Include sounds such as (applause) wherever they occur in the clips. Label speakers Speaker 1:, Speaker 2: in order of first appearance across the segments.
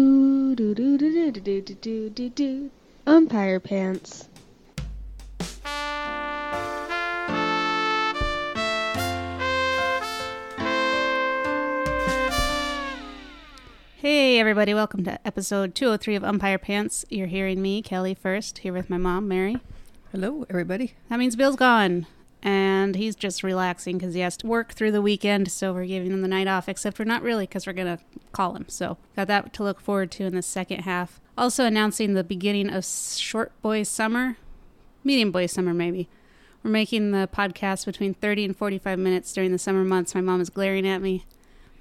Speaker 1: do do do do do do do do do. Umpire pants.
Speaker 2: Hey, everybody, welcome to episode 203 of Umpire Pants. You're hearing me, Kelly, first, here with my mom, Mary.
Speaker 3: Hello, everybody.
Speaker 2: That means Bill's gone, and he's just relaxing because he has to work through the weekend, so we're giving him the night off, except we're not really because we're going to call him. So, got that to look forward to in the second half. Also, announcing the beginning of Short Boy Summer, Medium Boy Summer, maybe. We're making the podcast between 30 and 45 minutes during the summer months. My mom is glaring at me.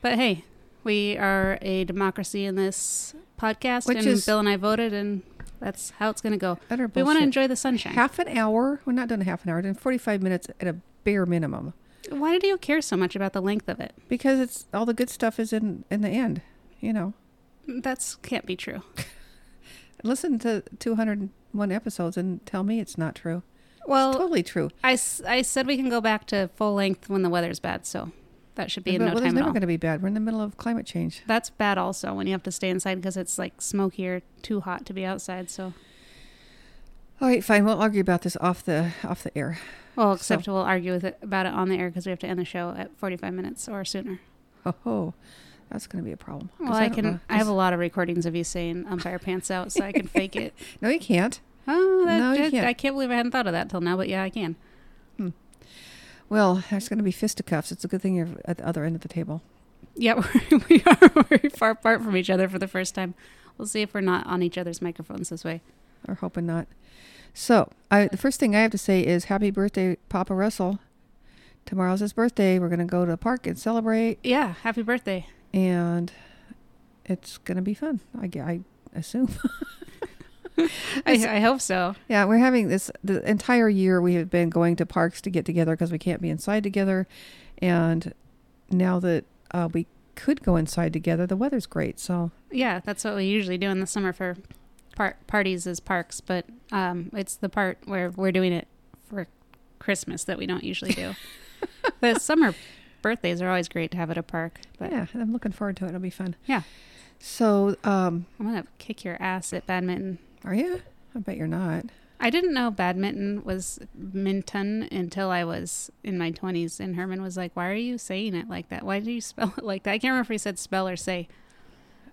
Speaker 2: But hey, we are a democracy in this podcast,
Speaker 3: Which
Speaker 2: and
Speaker 3: is-
Speaker 2: Bill and I voted, and that's how it's going to go.
Speaker 3: Utter
Speaker 2: We want to
Speaker 3: bullshit.
Speaker 2: enjoy the sunshine.
Speaker 3: Half an hour. We're not done half an hour. Done 45 minutes at a bare minimum
Speaker 2: Why do you care so much about the length of it?
Speaker 3: because it's all the good stuff is in in the end. You know,
Speaker 2: That's can't be true.
Speaker 3: listen to 201 episodes and tell me it's not true.
Speaker 2: Well,
Speaker 3: totally true.
Speaker 2: I, s- I said we can go back to full length when the weather's bad, so that should be in no
Speaker 3: But- well,
Speaker 2: time
Speaker 3: there's
Speaker 2: at
Speaker 3: never
Speaker 2: all.
Speaker 3: going to be bad. We're in the middle of climate change.
Speaker 2: That's bad also when you have to stay inside because it's like smoky or too hot to be outside. So,
Speaker 3: All right, fine. We'll argue about this off the off the air. (laughs)
Speaker 2: well, except we'll argue with it, about it on the air because we have to end the show at 45 minutes or sooner.
Speaker 3: Oh, ho. that's going to be a problem. uh, 'Cause
Speaker 2: Well, I,
Speaker 3: don't
Speaker 2: can.
Speaker 3: know.
Speaker 2: I have a lot of recordings of you saying "umpire pants out," so I can fake
Speaker 3: (laughs)
Speaker 2: it.
Speaker 3: No, you can't.
Speaker 2: Oh, that,
Speaker 3: No, you
Speaker 2: that-
Speaker 3: can't.
Speaker 2: I can't believe I hadn't thought of that till now, but yeah, I can.
Speaker 3: Well, there's going to be fisticuffs. It's a good thing you're at the other end of the table.
Speaker 2: Yeah, (laughs) we're, we are very far apart from each other for the first time. We'll see if we're not on each other's microphones this way.
Speaker 3: Or hoping not. So, I, the first thing I have to say is happy birthday, Papa Russell. Tomorrow's his birthday. We're going to go to the park and celebrate,
Speaker 2: Yeah, happy birthday.
Speaker 3: and it's going to be fun. I, gue- I assume. (laughs)
Speaker 2: I, I hope so.
Speaker 3: yeah, we're having this the entire year. We have been going to parks to get together because we can't be inside together, and now that uh, we could go inside together, the weather's great. So,
Speaker 2: Yeah, that's what we usually do in the summer for par- parties is parks, but um, it's the part where we're doing it for Christmas that we don't usually do. the summer birthdays are always great to have at a park, but
Speaker 3: yeah, I'm looking forward to it. It'll be fun.
Speaker 2: Yeah.
Speaker 3: So, um,
Speaker 2: I'm gonna kick your ass at badminton.
Speaker 3: are you? I bet you're not.
Speaker 2: I didn't know badminton was minton until I was in my 20s. And Herman was like, Why are you saying it like that? Why do you spell it (laughs) like that? I can't remember if he said spell or say.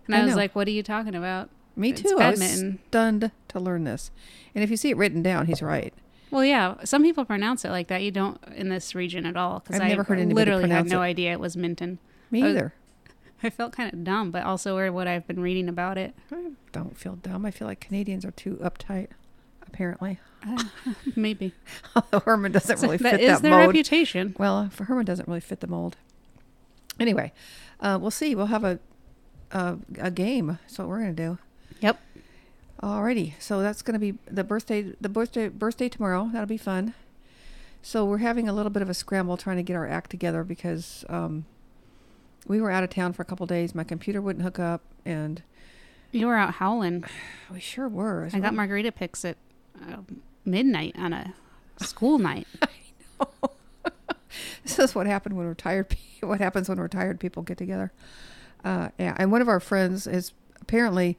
Speaker 2: And I,
Speaker 3: I
Speaker 2: was
Speaker 3: know.
Speaker 2: like, What are you talking about?
Speaker 3: Me
Speaker 2: It's
Speaker 3: too. I was
Speaker 2: badminton.
Speaker 3: stunned to learn this. And if you see it written down, he's right.
Speaker 2: Well, yeah, some people pronounce it like that. You don't in this region at all because
Speaker 3: I've
Speaker 2: I
Speaker 3: never heard anybody
Speaker 2: literally had
Speaker 3: pronounce
Speaker 2: no
Speaker 3: it.
Speaker 2: idea it was minton.
Speaker 3: Me
Speaker 2: I was-
Speaker 3: either.
Speaker 2: I felt kind of dumb, but also weird what I've been reading about it. (laughs)
Speaker 3: I don't feel dumb. I feel like Canadians are too uptight, apparently. (laughs)
Speaker 2: Maybe
Speaker 3: Although Herman doesn't really
Speaker 2: that
Speaker 3: fit
Speaker 2: is
Speaker 3: that
Speaker 2: their
Speaker 3: mold.
Speaker 2: reputation.
Speaker 3: well, for Herman doesn't really fit the mold. Anyway, uh, we'll see. We'll have a, a a game. That's what we're gonna do.
Speaker 2: Yep.
Speaker 3: Alrighty. So that's gonna be the birthday. The birthday birthday tomorrow. That'll be fun. So we're having a little bit of a scramble trying to get our act together because um, we were out of town for a couple days. My computer wouldn't hook up, and
Speaker 2: You were out howling.
Speaker 3: we sure were. It's
Speaker 2: I got
Speaker 3: really-
Speaker 2: margarita picks at um midnight on a school night.
Speaker 3: (laughs) This is what happened when retired. pe- (laughs) What happens when retired people get together? Uh, yeah, and one of our friends is apparently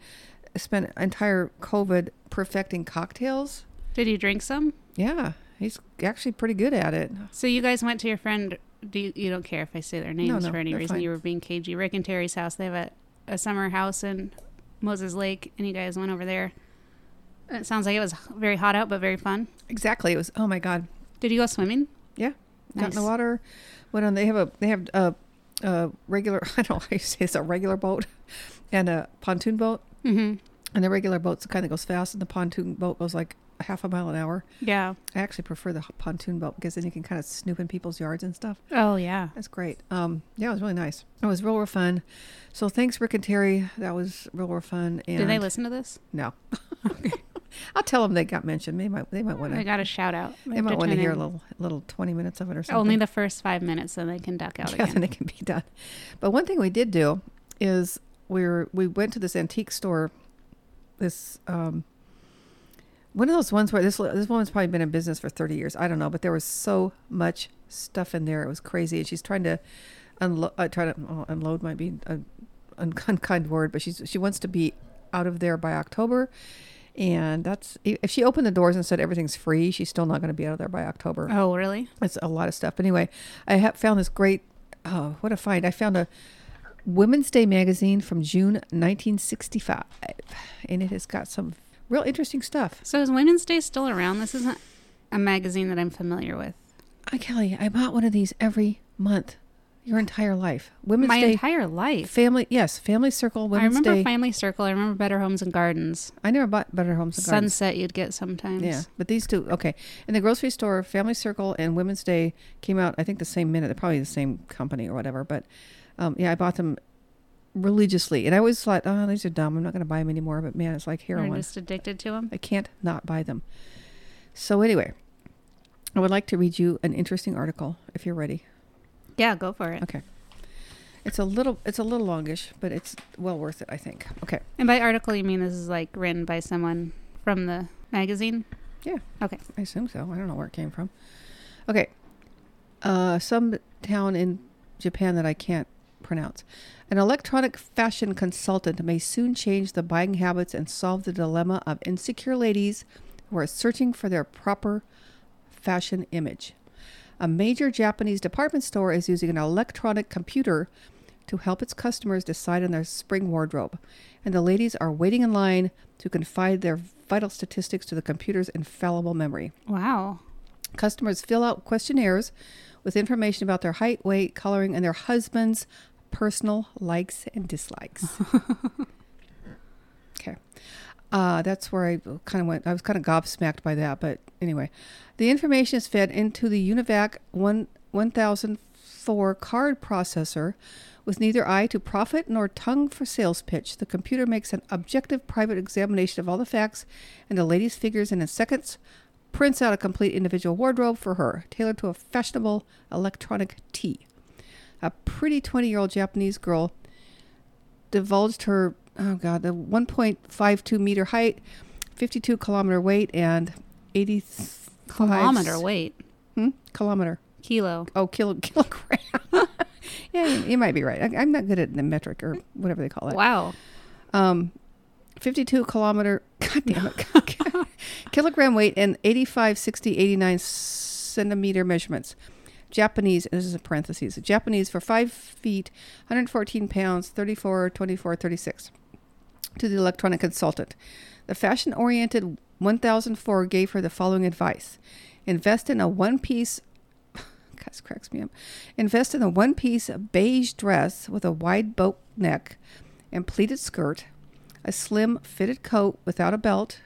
Speaker 3: spent entire COVID perfecting cocktails.
Speaker 2: Did you drink some?
Speaker 3: Yeah, he's actually pretty good at it.
Speaker 2: So you guys went to your friend. Do you, you don't care if I say their names
Speaker 3: no,
Speaker 2: for any
Speaker 3: they're
Speaker 2: reason?
Speaker 3: fine.
Speaker 2: You were being cagey. Rick and Terry's house. They have a, a summer house in Moses Lake, and you guys went over there. It sounds like it was very hot out, but very fun.
Speaker 3: Exactly. It was. Oh my God.
Speaker 2: Did you go swimming?
Speaker 3: Yeah. Got in the
Speaker 2: Nice.
Speaker 3: water. Went on. They have a. They have a, a regular. (laughs) I don't know how you say it's a regular boat, and a pontoon boat.
Speaker 2: Mm-hmm.
Speaker 3: And the regular boat's the kind that goes fast, and the pontoon boat goes like a half a mile an hour.
Speaker 2: Yeah.
Speaker 3: I actually prefer the pontoon boat because then you can kind of snoop in people's yards and stuff.
Speaker 2: Oh yeah.
Speaker 3: That's great. Um, yeah, it was really nice. It was real, real fun. So thanks, Rick and Terry. That was real, real fun. And
Speaker 2: Do they listen to this? (laughs)
Speaker 3: No. I'll tell them they got mentioned. They might. They might want
Speaker 2: I
Speaker 3: to.
Speaker 2: got a shout out.
Speaker 3: They
Speaker 2: have
Speaker 3: might want to
Speaker 2: tune
Speaker 3: hear a
Speaker 2: in. Oh,
Speaker 3: little, little twenty minutes of it or something.
Speaker 2: Only the first five minutes, then they can duck out
Speaker 3: (laughs) yeah,
Speaker 2: again.
Speaker 3: then it can be done. But one thing we did do is we were we went to this antique store, this um, one of those ones where this this woman's probably been in business for thirty years. I don't know, but there was so much stuff in there; it was crazy. And she's trying to (laughs) unload, uh, try to oh, unload might be a an unkind word, but she's she wants to be out of there by October. And that's if she opened the doors and said everything's free, she's still not going to be out of there by October.
Speaker 2: Oh, really?
Speaker 3: It's a lot of stuff. But anyway, I have found this great. Oh, what a find! I found a Women's Day magazine from June 1965, and it has got some real interesting stuff.
Speaker 2: So is Women's Day still around? This isn't a magazine that I'm familiar with.
Speaker 3: I Kelly, I bought one of these every month, your entire life. Women's
Speaker 2: My
Speaker 3: Day,
Speaker 2: entire life.
Speaker 3: family, yes, family circle.
Speaker 2: I
Speaker 3: Women's
Speaker 2: remember
Speaker 3: Day.
Speaker 2: Family Circle. I remember Better Homes and Gardens.
Speaker 3: I never bought Better Homes and Gardens.
Speaker 2: Sunset you'd get sometimes.
Speaker 3: Yeah, but these two, okay. In the grocery store, Family Circle and Women's Day came out, I think, the same minute. They're probably the same company or whatever. But um, yeah, I bought them religiously. And I always thought, oh, these are dumb. I'm not going to buy them anymore. But man, it's like
Speaker 2: You're
Speaker 3: heroin.
Speaker 2: just addicted to them.
Speaker 3: I can't not buy them. So anyway, I would like to read you an interesting article if you're ready.
Speaker 2: Yeah, go for it.
Speaker 3: Okay. It's a little it's a little longish, but it's well worth it, I think. Okay.
Speaker 2: And by article, you mean this is like written by someone from the magazine?
Speaker 3: Yeah.
Speaker 2: Okay.
Speaker 3: I assume so. I don't know where it came from. Okay. Uh, some town in Japan that I can't pronounce. An electronic fashion consultant may soon change the buying habits and solve the dilemma of insecure ladies who are searching for their proper fashion image. A major Japanese department store is using an electronic computer to help its customers decide on their spring wardrobe, and the ladies are waiting in line to confide their vital statistics to the computer's infallible memory.
Speaker 2: Wow.
Speaker 3: Customers fill out questionnaires with information about their height, weight, coloring, and their husband's personal likes and dislikes. okay. Uh, that's where I kind of went. I was kind of gobsmacked by that, but anyway, the information is fed into the Univac one one thousand four card processor. With neither eye to profit nor tongue for sales pitch, the computer makes an objective private examination of all the facts and the lady's figures, and in seconds, prints out a complete individual wardrobe for her, tailored to a fashionable electronic tee. A pretty 20 year old Japanese girl divulged her, oh God, the 1.52 meter height, 52 kilometer weight, and 80
Speaker 2: Kilometer weight.
Speaker 3: Hmm? Kilometer.
Speaker 2: Kilo.
Speaker 3: Oh, kilo, (laughs) kilogram. yeah, you, you might be right. I, I'm not good at the metric or whatever they call it. (laughs)
Speaker 2: Wow.
Speaker 3: Um, 52 kilometer, (laughs) god
Speaker 2: (laughs)
Speaker 3: damn it, kilogram weight and 85, 60, 89 centimeter measurements. Japanese, and this is a parentheses, Japanese for 5 feet, 114 pounds, 34, 24, 36 to the electronic consultant. The fashion oriented 1004 gave her the following advice invest in a one piece. (laughs) Guys, cracks me up. Invest in a one piece beige dress with a wide boat neck and pleated skirt, a slim fitted coat without a belt,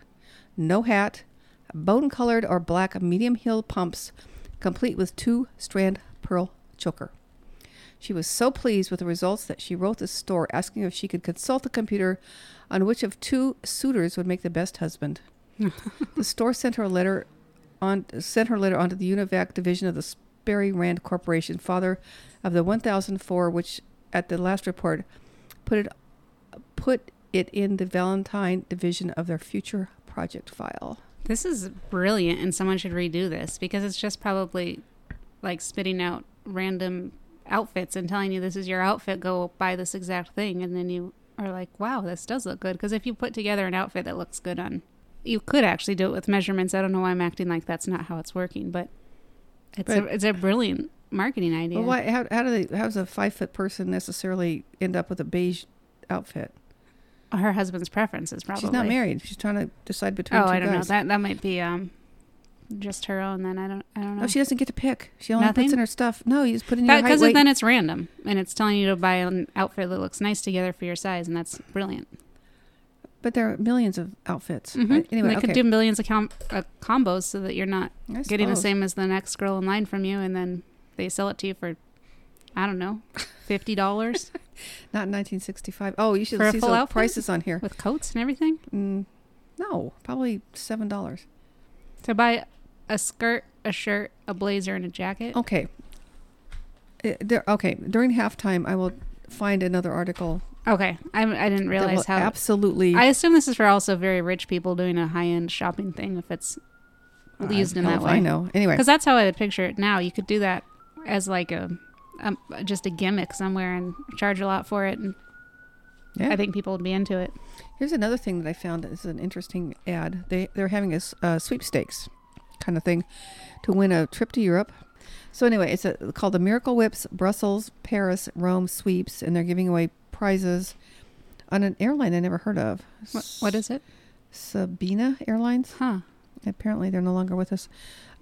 Speaker 3: no hat, bone colored or black medium heel pumps, complete with two strand pearl choker. She was so pleased with the results that she wrote the store asking if she could consult the computer on which of two suitors would make the best husband. the store sent her a letter on sent her letter onto the Univac division of the Sperry Rand Corporation, father of the 1004, which at the last report put it put it in the Valentine division of their future project file.
Speaker 2: This is brilliant, and someone should redo this because it's just probably like spitting out random outfits and telling you this is your outfit, go buy this exact thing. And then you are like, wow, this does look good. Because if you put together an outfit that looks good on, you could actually do it with measurements. I don't know why I'm acting like that's not how it's working, but it's, a,
Speaker 3: But-
Speaker 2: it's a brilliant marketing idea.
Speaker 3: Well, why? How, how do they? How does a five foot person necessarily end up with a beige outfit?
Speaker 2: Her husband's preferences, probably.
Speaker 3: She's not married. She's trying to decide between.
Speaker 2: Oh,
Speaker 3: two
Speaker 2: I don't know.
Speaker 3: guys.
Speaker 2: That that might be um, just her own. Then I don't. I don't know.
Speaker 3: No, she doesn't get to pick. She only puts
Speaker 2: Nothing?
Speaker 3: in her stuff. No, you just put in your height,
Speaker 2: because
Speaker 3: weight.
Speaker 2: then it's random and it's telling you to buy an outfit that looks nice together for your size, and that's brilliant.
Speaker 3: But there are millions of outfits.
Speaker 2: Mhm.
Speaker 3: Right?
Speaker 2: And
Speaker 3: Mm-hmm. Anyway,
Speaker 2: they
Speaker 3: okay. Oh,
Speaker 2: could do millions of com- uh, combos so that you're not
Speaker 3: I
Speaker 2: getting the
Speaker 3: suppose.
Speaker 2: same as the next girl in line from you, and then they sell it to you for, I don't
Speaker 3: (laughs)
Speaker 2: know, fifty dollars
Speaker 3: Not in 1965. Oh, you should
Speaker 2: For a
Speaker 3: see
Speaker 2: full
Speaker 3: some
Speaker 2: outfit?
Speaker 3: prices on here.
Speaker 2: with coats and everything
Speaker 3: Mm, no, probably seven dollars.
Speaker 2: to buy a skirt, a shirt, a blazer, and a jacket.
Speaker 3: Okay. Uh, there, okay. During halftime, I will find another article
Speaker 2: Okay, I, I didn't
Speaker 3: that will
Speaker 2: realize how
Speaker 3: absolutely.
Speaker 2: I assume this is for also very rich people doing a high end shopping thing if it's used in
Speaker 3: hell
Speaker 2: that
Speaker 3: if
Speaker 2: way.
Speaker 3: I know. Anyway,
Speaker 2: Because that's how I would picture it now. You could do that as like a, um just a gimmick somewhere and charge a lot for it and
Speaker 3: Yeah.
Speaker 2: I think people would be into it.
Speaker 3: Here's another thing that I found that is an interesting ad. They they're having a s- uh, sweepstakes kind of thing to win a trip to Europe. So anyway, it's a, called the Miracle Whips Brussels, Paris, Rome sweeps, and they're giving away prizes on an airline I never heard of.
Speaker 2: What, what is it?
Speaker 3: Sabina Airlines?
Speaker 2: Huh.
Speaker 3: Apparently, they're no longer with us.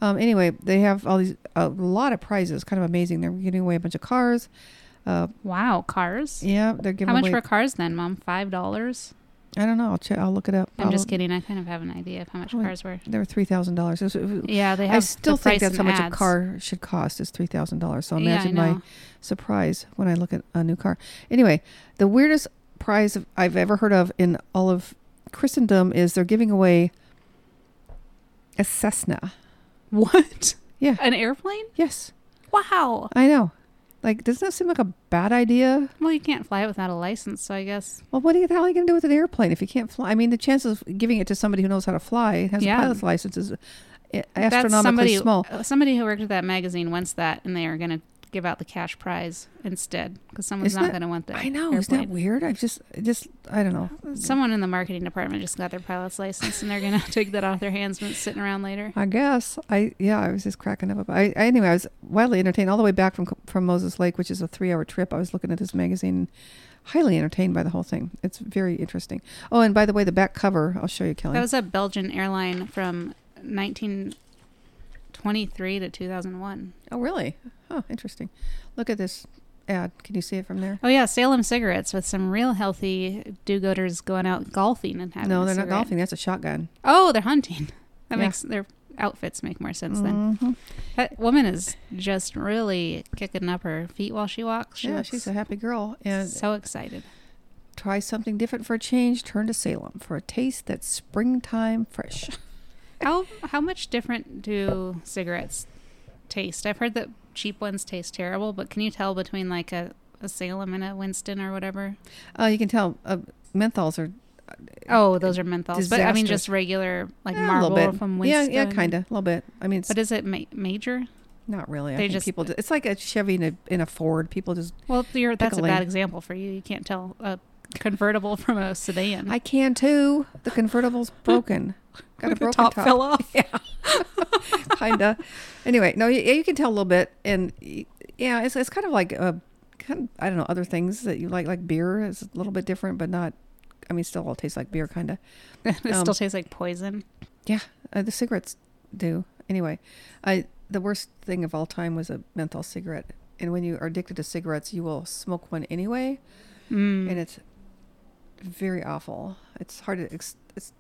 Speaker 3: Um, anyway, they have all these a lot of prizes. Kind of amazing. They're giving away a bunch of cars. Uh,
Speaker 2: Wow, cars.
Speaker 3: yeah, they're giving
Speaker 2: How much
Speaker 3: away.
Speaker 2: were cars then, Mom? Five dollars?
Speaker 3: I don't know. I'll check. I'll look it up.
Speaker 2: I'm
Speaker 3: I'll-
Speaker 2: just kidding. I kind of have an idea of how much
Speaker 3: Wait.
Speaker 2: cars were.
Speaker 3: They were three thousand dollars.
Speaker 2: Yeah, they have.
Speaker 3: I
Speaker 2: the
Speaker 3: still think
Speaker 2: price
Speaker 3: that's
Speaker 2: in
Speaker 3: how much
Speaker 2: ads.
Speaker 3: a car should cost is three thousand dollars. So
Speaker 2: Yeah, I
Speaker 3: imagine my
Speaker 2: know.
Speaker 3: surprise when I look at a new car. Anyway, the weirdest prize of- I've ever heard of in all of Christendom is they're giving away a Cessna.
Speaker 2: (laughs) What?
Speaker 3: Yeah.
Speaker 2: An airplane?
Speaker 3: Yes,
Speaker 2: Wow.
Speaker 3: I know. Like, doesn't that seem like a bad idea?
Speaker 2: Well, you can't fly it without a license, so I guess.
Speaker 3: Well, what are you, the hell are you going to do with an airplane if you can't fly? I mean, the chances of giving it to somebody who knows how to fly has
Speaker 2: Yeah.
Speaker 3: a pilot's license is uh,
Speaker 2: that's
Speaker 3: astronomically
Speaker 2: somebody,
Speaker 3: small.
Speaker 2: uh, Somebody who worked at that magazine wants that, and they are going to give out the cash prize instead because someone's
Speaker 3: Isn't
Speaker 2: not
Speaker 3: that-
Speaker 2: going to want that.
Speaker 3: I know. Isn't that weird? I just, I just, I don't know.
Speaker 2: Someone in the marketing department just got their pilot's license, and they're going to (laughs) take that off their hands when it's sitting around later.
Speaker 3: I guess I yeah I was just cracking up. I, I anyway I was wildly entertained all the way back from from Moses Lake, which is a three hour trip. I was looking at this magazine, highly entertained by the whole thing. It's very interesting. Oh, and by the way, the back cover I'll show you, Kelly.
Speaker 2: That was a Belgian airline from 1923 to 2001.
Speaker 3: oh, really? Oh, interesting. Look at this ad. Can you see it from there?
Speaker 2: Oh yeah, Salem cigarettes with some real healthy do-gooders going out golfing and having.
Speaker 3: no,
Speaker 2: a
Speaker 3: they're not
Speaker 2: cigarette.
Speaker 3: golfing. That's a shotgun.
Speaker 2: Oh, they're hunting. That
Speaker 3: Yeah.
Speaker 2: makes their outfits make more sense then.
Speaker 3: Mm-hmm.
Speaker 2: That woman is just really kicking up her feet while she walks. She
Speaker 3: yeah,
Speaker 2: looks
Speaker 3: she's a happy girl. And
Speaker 2: so excited.
Speaker 3: try something different for a change. Turn to Salem for a taste that's springtime fresh. (laughs)
Speaker 2: How how much different do cigarettes taste? I've heard that cheap ones taste terrible, but can you tell between like a, a Salem and a Winston or whatever?
Speaker 3: Oh, you can tell uh, menthols are
Speaker 2: Oh, those are menthols. But I mean,
Speaker 3: Disastrous.
Speaker 2: just regular like
Speaker 3: Yeah, a
Speaker 2: marble
Speaker 3: little bit.
Speaker 2: from
Speaker 3: yeah,
Speaker 2: Winston.
Speaker 3: yeah, kind of, a little bit. I mean, it's
Speaker 2: But is it ma- major?
Speaker 3: not really. I
Speaker 2: they
Speaker 3: think
Speaker 2: just-
Speaker 3: people. ju- It's like a Chevy and a, and a Ford. People just.
Speaker 2: Well, you're, that's a
Speaker 3: Pickling.
Speaker 2: bad example for you. You can't tell a convertible (laughs) from a sedan.
Speaker 3: I can too.
Speaker 2: (laughs)
Speaker 3: The convertible's broken. Got a
Speaker 2: the
Speaker 3: broken
Speaker 2: top,
Speaker 3: top.
Speaker 2: fell off.
Speaker 3: (laughs) kinda. Anyway, no, you, you can tell a little bit, and y- yeah, it's it's kind of like uh kind of, I don't know other things that you like, like beer is a little bit different, but not. I mean, still all tastes like beer, kind of.
Speaker 2: (laughs) it
Speaker 3: Um,
Speaker 2: still tastes like poison.
Speaker 3: Yeah, uh, the cigarettes do. Anyway, I the worst thing of all time was a menthol cigarette, and when you are addicted to cigarettes, you will smoke one anyway.
Speaker 2: Mm.
Speaker 3: and it's very awful. It's hard to. Ex- it's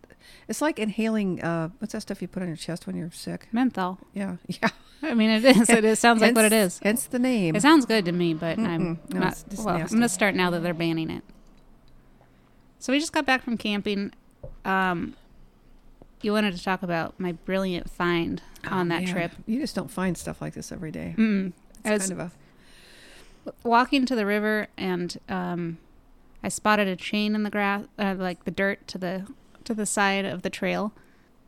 Speaker 3: it's like inhaling. Uh, what's that stuff you put on your chest when you're sick?
Speaker 2: menthol.
Speaker 3: Yeah, (laughs) yeah.
Speaker 2: I mean, it is. It, is- sounds like what it
Speaker 3: Hence-
Speaker 2: is.
Speaker 3: Hence the name.
Speaker 2: It sounds good to me, but I'm
Speaker 3: Mm-mm. No,
Speaker 2: not.
Speaker 3: it's just
Speaker 2: well,
Speaker 3: nasty.
Speaker 2: I'm gonna start now that they're banning it. So we just got back from camping. Um, you wanted to talk about my brilliant find on that
Speaker 3: Oh, Man,
Speaker 2: trip.
Speaker 3: you just don't find stuff like this every day.
Speaker 2: Mm. I
Speaker 3: It's
Speaker 2: was
Speaker 3: kind of a
Speaker 2: walking to the river, and um, I spotted a chain in the grass, uh, like the dirt to the to the side of the trail.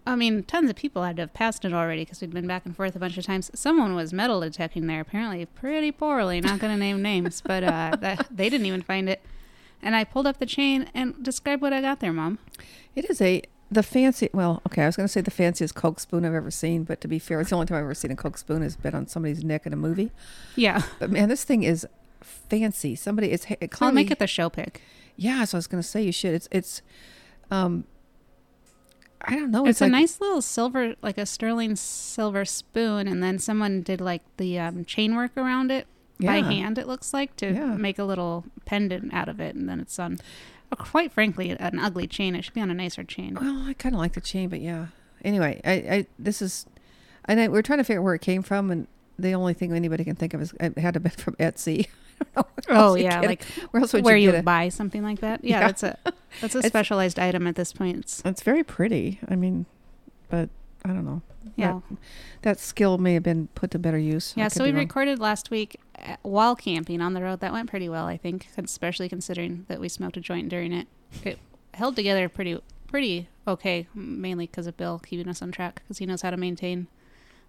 Speaker 2: I mean, tons of people had to have passed it already because we'd been back and forth a bunch of times. Someone was metal detecting there, apparently pretty poorly. Not going to name names, (laughs) but uh, that, they didn't even find it. And I pulled up the chain and describe what I got there, Mom.
Speaker 3: It is a the fancy. Well, okay, I was going to say the fanciest Coke spoon I've ever seen, but to be fair, it's the only time I've ever seen a Coke spoon has been on somebody's neck in a movie.
Speaker 2: (laughs) Yeah,
Speaker 3: But man, this thing is fancy. Somebody, it's it
Speaker 2: I'll
Speaker 3: clearly
Speaker 2: make it the show pick.
Speaker 3: Yeah, so I was gonna say you should. It's it's, um, I don't know.
Speaker 2: Oh, It's, a
Speaker 3: like-
Speaker 2: nice little silver, like a sterling silver spoon, and then someone did like the um, chain work around it by
Speaker 3: Yeah.
Speaker 2: hand. It looks like to
Speaker 3: Yeah.
Speaker 2: make a little pendant out of it, and then it's on. uh, Quite frankly, an ugly chain. It should be on a nicer chain.
Speaker 3: Well, I kind of like the chain, but yeah. Anyway, I, I this is, and I, we're trying to figure out where it came from, and the only thing anybody can think of is uh, it had to have been (laughs) from Etsy. I don't know. where
Speaker 2: Oh
Speaker 3: else you
Speaker 2: yeah,
Speaker 3: get it.
Speaker 2: like
Speaker 3: where else would
Speaker 2: where
Speaker 3: you,
Speaker 2: you,
Speaker 3: get it?
Speaker 2: buy something like that. Yeah,
Speaker 3: Yeah.
Speaker 2: that's
Speaker 3: (laughs)
Speaker 2: a that's a
Speaker 3: It's-
Speaker 2: specialized item at this point. It's-
Speaker 3: It's very pretty. I mean, but I don't know.
Speaker 2: yeah,
Speaker 3: That skill may have been put to better use. I
Speaker 2: yeah.
Speaker 3: could
Speaker 2: So
Speaker 3: be
Speaker 2: we
Speaker 3: wrong.
Speaker 2: recorded last week uh, while camping on the road. That went pretty well, I think, especially considering that we smoked a joint during it. It held together pretty, pretty okay, mainly because of Bill keeping us on track because he knows how to maintain.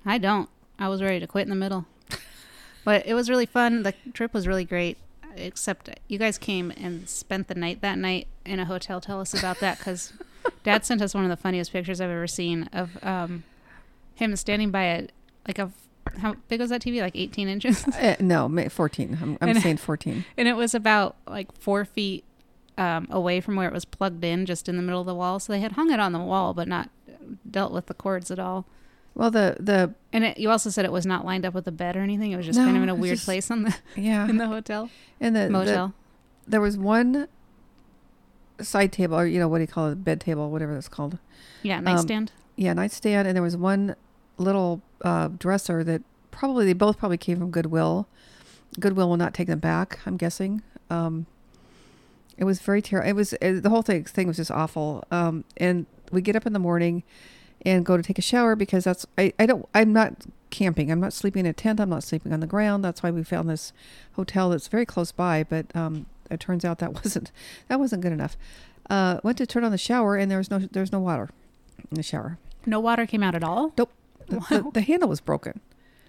Speaker 2: I don't. I was ready to quit in the middle, but it was really fun. The trip was really great. except you guys came and spent the night that night in a hotel. Tell us about that
Speaker 3: (laughs)
Speaker 2: because Dad sent us one of the funniest pictures I've ever seen of um, him standing by a like a how big was that TV? Like 18
Speaker 3: (laughs)
Speaker 2: inches,
Speaker 3: Uh, no, ma- 14. I'm, I'm
Speaker 2: And- (laughs)
Speaker 3: saying 14.
Speaker 2: and it was about like four feet um, away from where it was plugged in, just in the middle of the wall. So they had hung it on the wall, but not dealt with the cords at all.
Speaker 3: Well, the, the,
Speaker 2: And it, you also said it was not lined up with the bed or anything. It was just
Speaker 3: No,
Speaker 2: kind of in a
Speaker 3: it's
Speaker 2: weird
Speaker 3: just-
Speaker 2: place
Speaker 3: (laughs)
Speaker 2: on the
Speaker 3: yeah.
Speaker 2: in the hotel
Speaker 3: And the, the,
Speaker 2: motel.
Speaker 3: there was one side table or, you know, what do you call it? Bed table, whatever that's called.
Speaker 2: yeah, nightstand.
Speaker 3: Yeah, nightstand. And there was one little uh, dresser that probably, they both probably came from Goodwill. Goodwill will not take them back, I'm guessing. Um, it was very terrible. It was, it, the whole thing, thing was just awful. Um, and we get up in the morning and go to take a shower because that's, I, I don't, I'm not camping. I'm not sleeping in a tent. I'm not sleeping on the ground. That's why we found this hotel that's very close by. But um, it turns out that (laughs) wasn't that wasn't good enough. Uh, went to turn on the shower and there was no there was no water in the shower.
Speaker 2: no water came out at all.
Speaker 3: Nope. The, the,
Speaker 2: Wow.
Speaker 3: the handle was broken.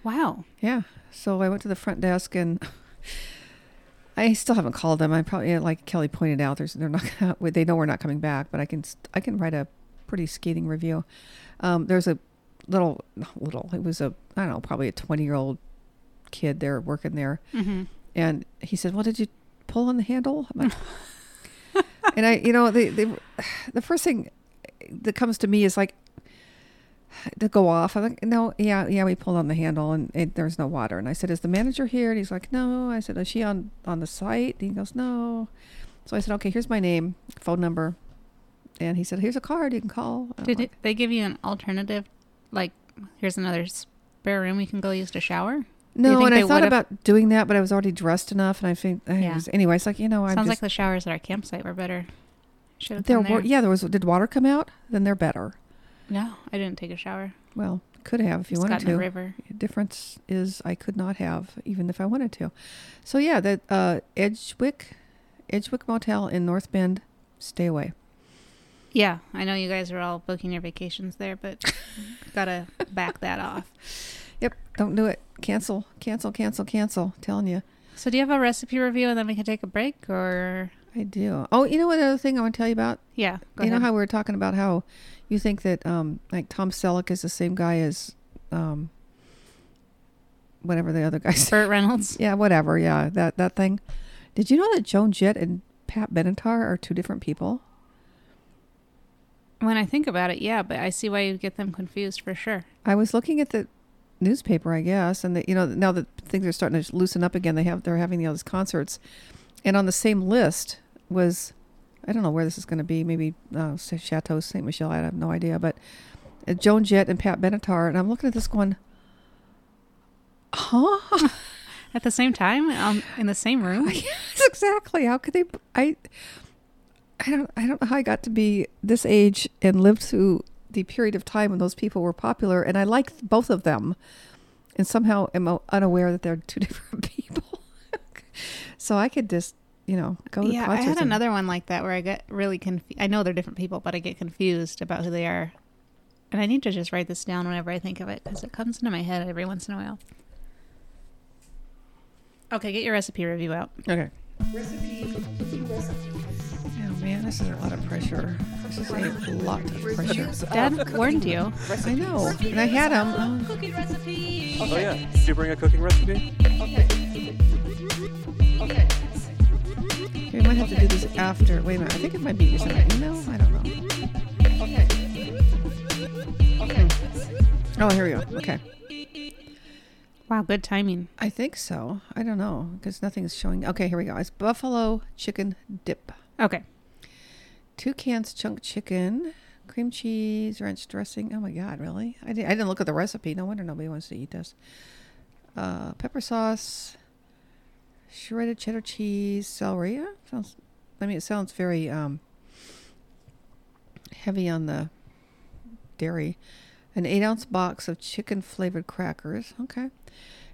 Speaker 2: Wow.
Speaker 3: Yeah. So I went to the front desk and I still haven't called them. I probably yeah, like Kelly pointed out, there's they're not gonna, (laughs) they know we're not coming back, but I can st- I can write a pretty scathing review. Um, there's a little not little it was a I don't know probably a 20 year old kid there working there,
Speaker 2: Mm-hmm.
Speaker 3: and he said, "Well, did you pull on the handle?" I'm
Speaker 2: (laughs)
Speaker 3: like- and I you know they, they the first thing that comes to me is like to go off. I'm like, no, yeah, yeah, we pulled on the handle and it, there's no water. And I said, is the manager here? And he's like, no. I said, is she on on the site? And he goes, no. So I said, okay, here's my name, phone number, and he said, here's a card you can call. And I'm
Speaker 2: Did
Speaker 3: like,
Speaker 2: it, they give you an alternative? Like, here's another spare room we can go use to shower. you
Speaker 3: No,
Speaker 2: think
Speaker 3: and
Speaker 2: they
Speaker 3: I thought
Speaker 2: would've-
Speaker 3: about doing that, but I was already dressed enough, and I think, I
Speaker 2: Yeah.
Speaker 3: was, anyway, it's like you know, I'm
Speaker 2: Sounds
Speaker 3: just
Speaker 2: like the showers at our campsite were better. Should have
Speaker 3: there
Speaker 2: been there.
Speaker 3: were yeah, there was. Did water come out? Then they're better.
Speaker 2: No, I didn't take a shower.
Speaker 3: Well, could have if you
Speaker 2: Just
Speaker 3: wanted
Speaker 2: got in
Speaker 3: to.
Speaker 2: the river.
Speaker 3: difference is I could not have, even if I wanted to. So yeah, that uh, Edgewick, Edgewick Motel in North Bend, stay away.
Speaker 2: Yeah, I know you guys are all booking your vacations there, (laughs) but gotta back that off.
Speaker 3: Yep, don't do it. Cancel, cancel, cancel, cancel. Telling you,
Speaker 2: So, do you have a recipe review, and then we can take a break, or
Speaker 3: I do. Oh, you know what other thing I want to tell you about?
Speaker 2: yeah, go
Speaker 3: you
Speaker 2: ahead.
Speaker 3: know how we were talking about how you think that um, like Tom Selleck is the same guy as um, whatever the other (laughs) guy's.
Speaker 2: Burt (laughs) Reynolds.
Speaker 3: Yeah, whatever. Yeah, that that thing. Did you know that Joan Jett and Pat Benatar are two different people?
Speaker 2: When I think about it, yeah, but I see why you get them confused for sure.
Speaker 3: I was looking at the newspaper, I guess, and the, you know now that things are starting to loosen up again, they have they're having all these concerts, and on the same list was, I don't know where this is going to be, maybe uh, Sa- Chateau Saint Michel, I have no idea, but uh, Joan Jett and Pat Benatar, and I'm looking at this going, huh? (laughs)
Speaker 2: At the same time, um, in the same room.
Speaker 3: yes, (laughs) exactly. How could they? I, I don't, I don't know how I got to be this age and live through the period of time when those people were popular, and I like both of them, and somehow am uh, unaware that they're two (laughs) different people. so I could just, you know, go to
Speaker 2: yeah, I
Speaker 3: concerts.
Speaker 2: had
Speaker 3: and-
Speaker 2: another one like that where I get really confused. I know they're different people, but I get confused about who they are. And I need to just write this down whenever I think of it because it comes into my head every once in a while. Okay, get your recipe review out.
Speaker 3: Okay. Recipe. Oh man, this is a lot of pressure. This is a lot of pressure.
Speaker 2: Dad warned you.
Speaker 3: I know, and I had them.
Speaker 4: Oh yeah. Did you bring a cooking recipe?
Speaker 3: We might have to do this after. Wait a minute. I think it might be you sent an email. I don't know. Okay. Okay. Oh, here we go. Okay.
Speaker 2: Wow, good timing.
Speaker 3: I think so. I don't know because nothing is showing. Okay, here we go. It's buffalo chicken dip.
Speaker 2: Okay.
Speaker 3: Two cans chunk chicken, cream cheese, ranch dressing. Oh my God, really? I, did, I didn't look at the recipe. No wonder nobody wants to eat this. Uh, pepper sauce, shredded cheddar cheese, celery. Yeah, sounds. I mean, it sounds very um, heavy on the dairy. An eight ounce box of chicken flavored crackers. Okay.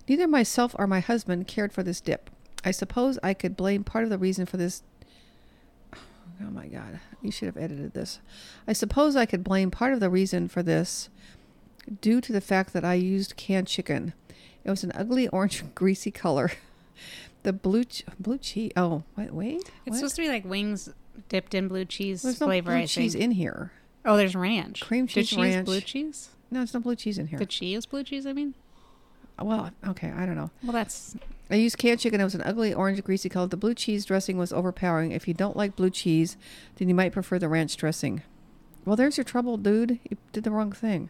Speaker 3: Neither myself or my husband cared for this dip. I suppose I could blame part of the reason for this (sighs) Oh my God. You should have edited this. I suppose I could blame part of the reason for this due (laughs) to the fact that I used canned chicken. It was an ugly orange, greasy color. The blue che- blue cheese. Oh wait, wait.
Speaker 2: It's
Speaker 3: what?
Speaker 2: supposed to be like wings dipped in blue cheese
Speaker 3: There's no
Speaker 2: flavor.
Speaker 3: blue
Speaker 2: I
Speaker 3: cheese
Speaker 2: think.
Speaker 3: in here.
Speaker 2: oh, there's ranch,
Speaker 3: Cream
Speaker 2: Did
Speaker 3: cheese
Speaker 2: she use
Speaker 3: ranch.
Speaker 2: blue cheese.
Speaker 3: No, there's no blue cheese in here.
Speaker 2: Did she use blue cheese? I mean,
Speaker 3: well, okay, I don't know.
Speaker 2: well, that's
Speaker 3: I used canned chicken. It was an ugly orange greasy color. The blue cheese dressing was overpowering. If you don't like blue cheese, then you might prefer the ranch dressing. Well, there's your trouble, dude. You did the wrong thing.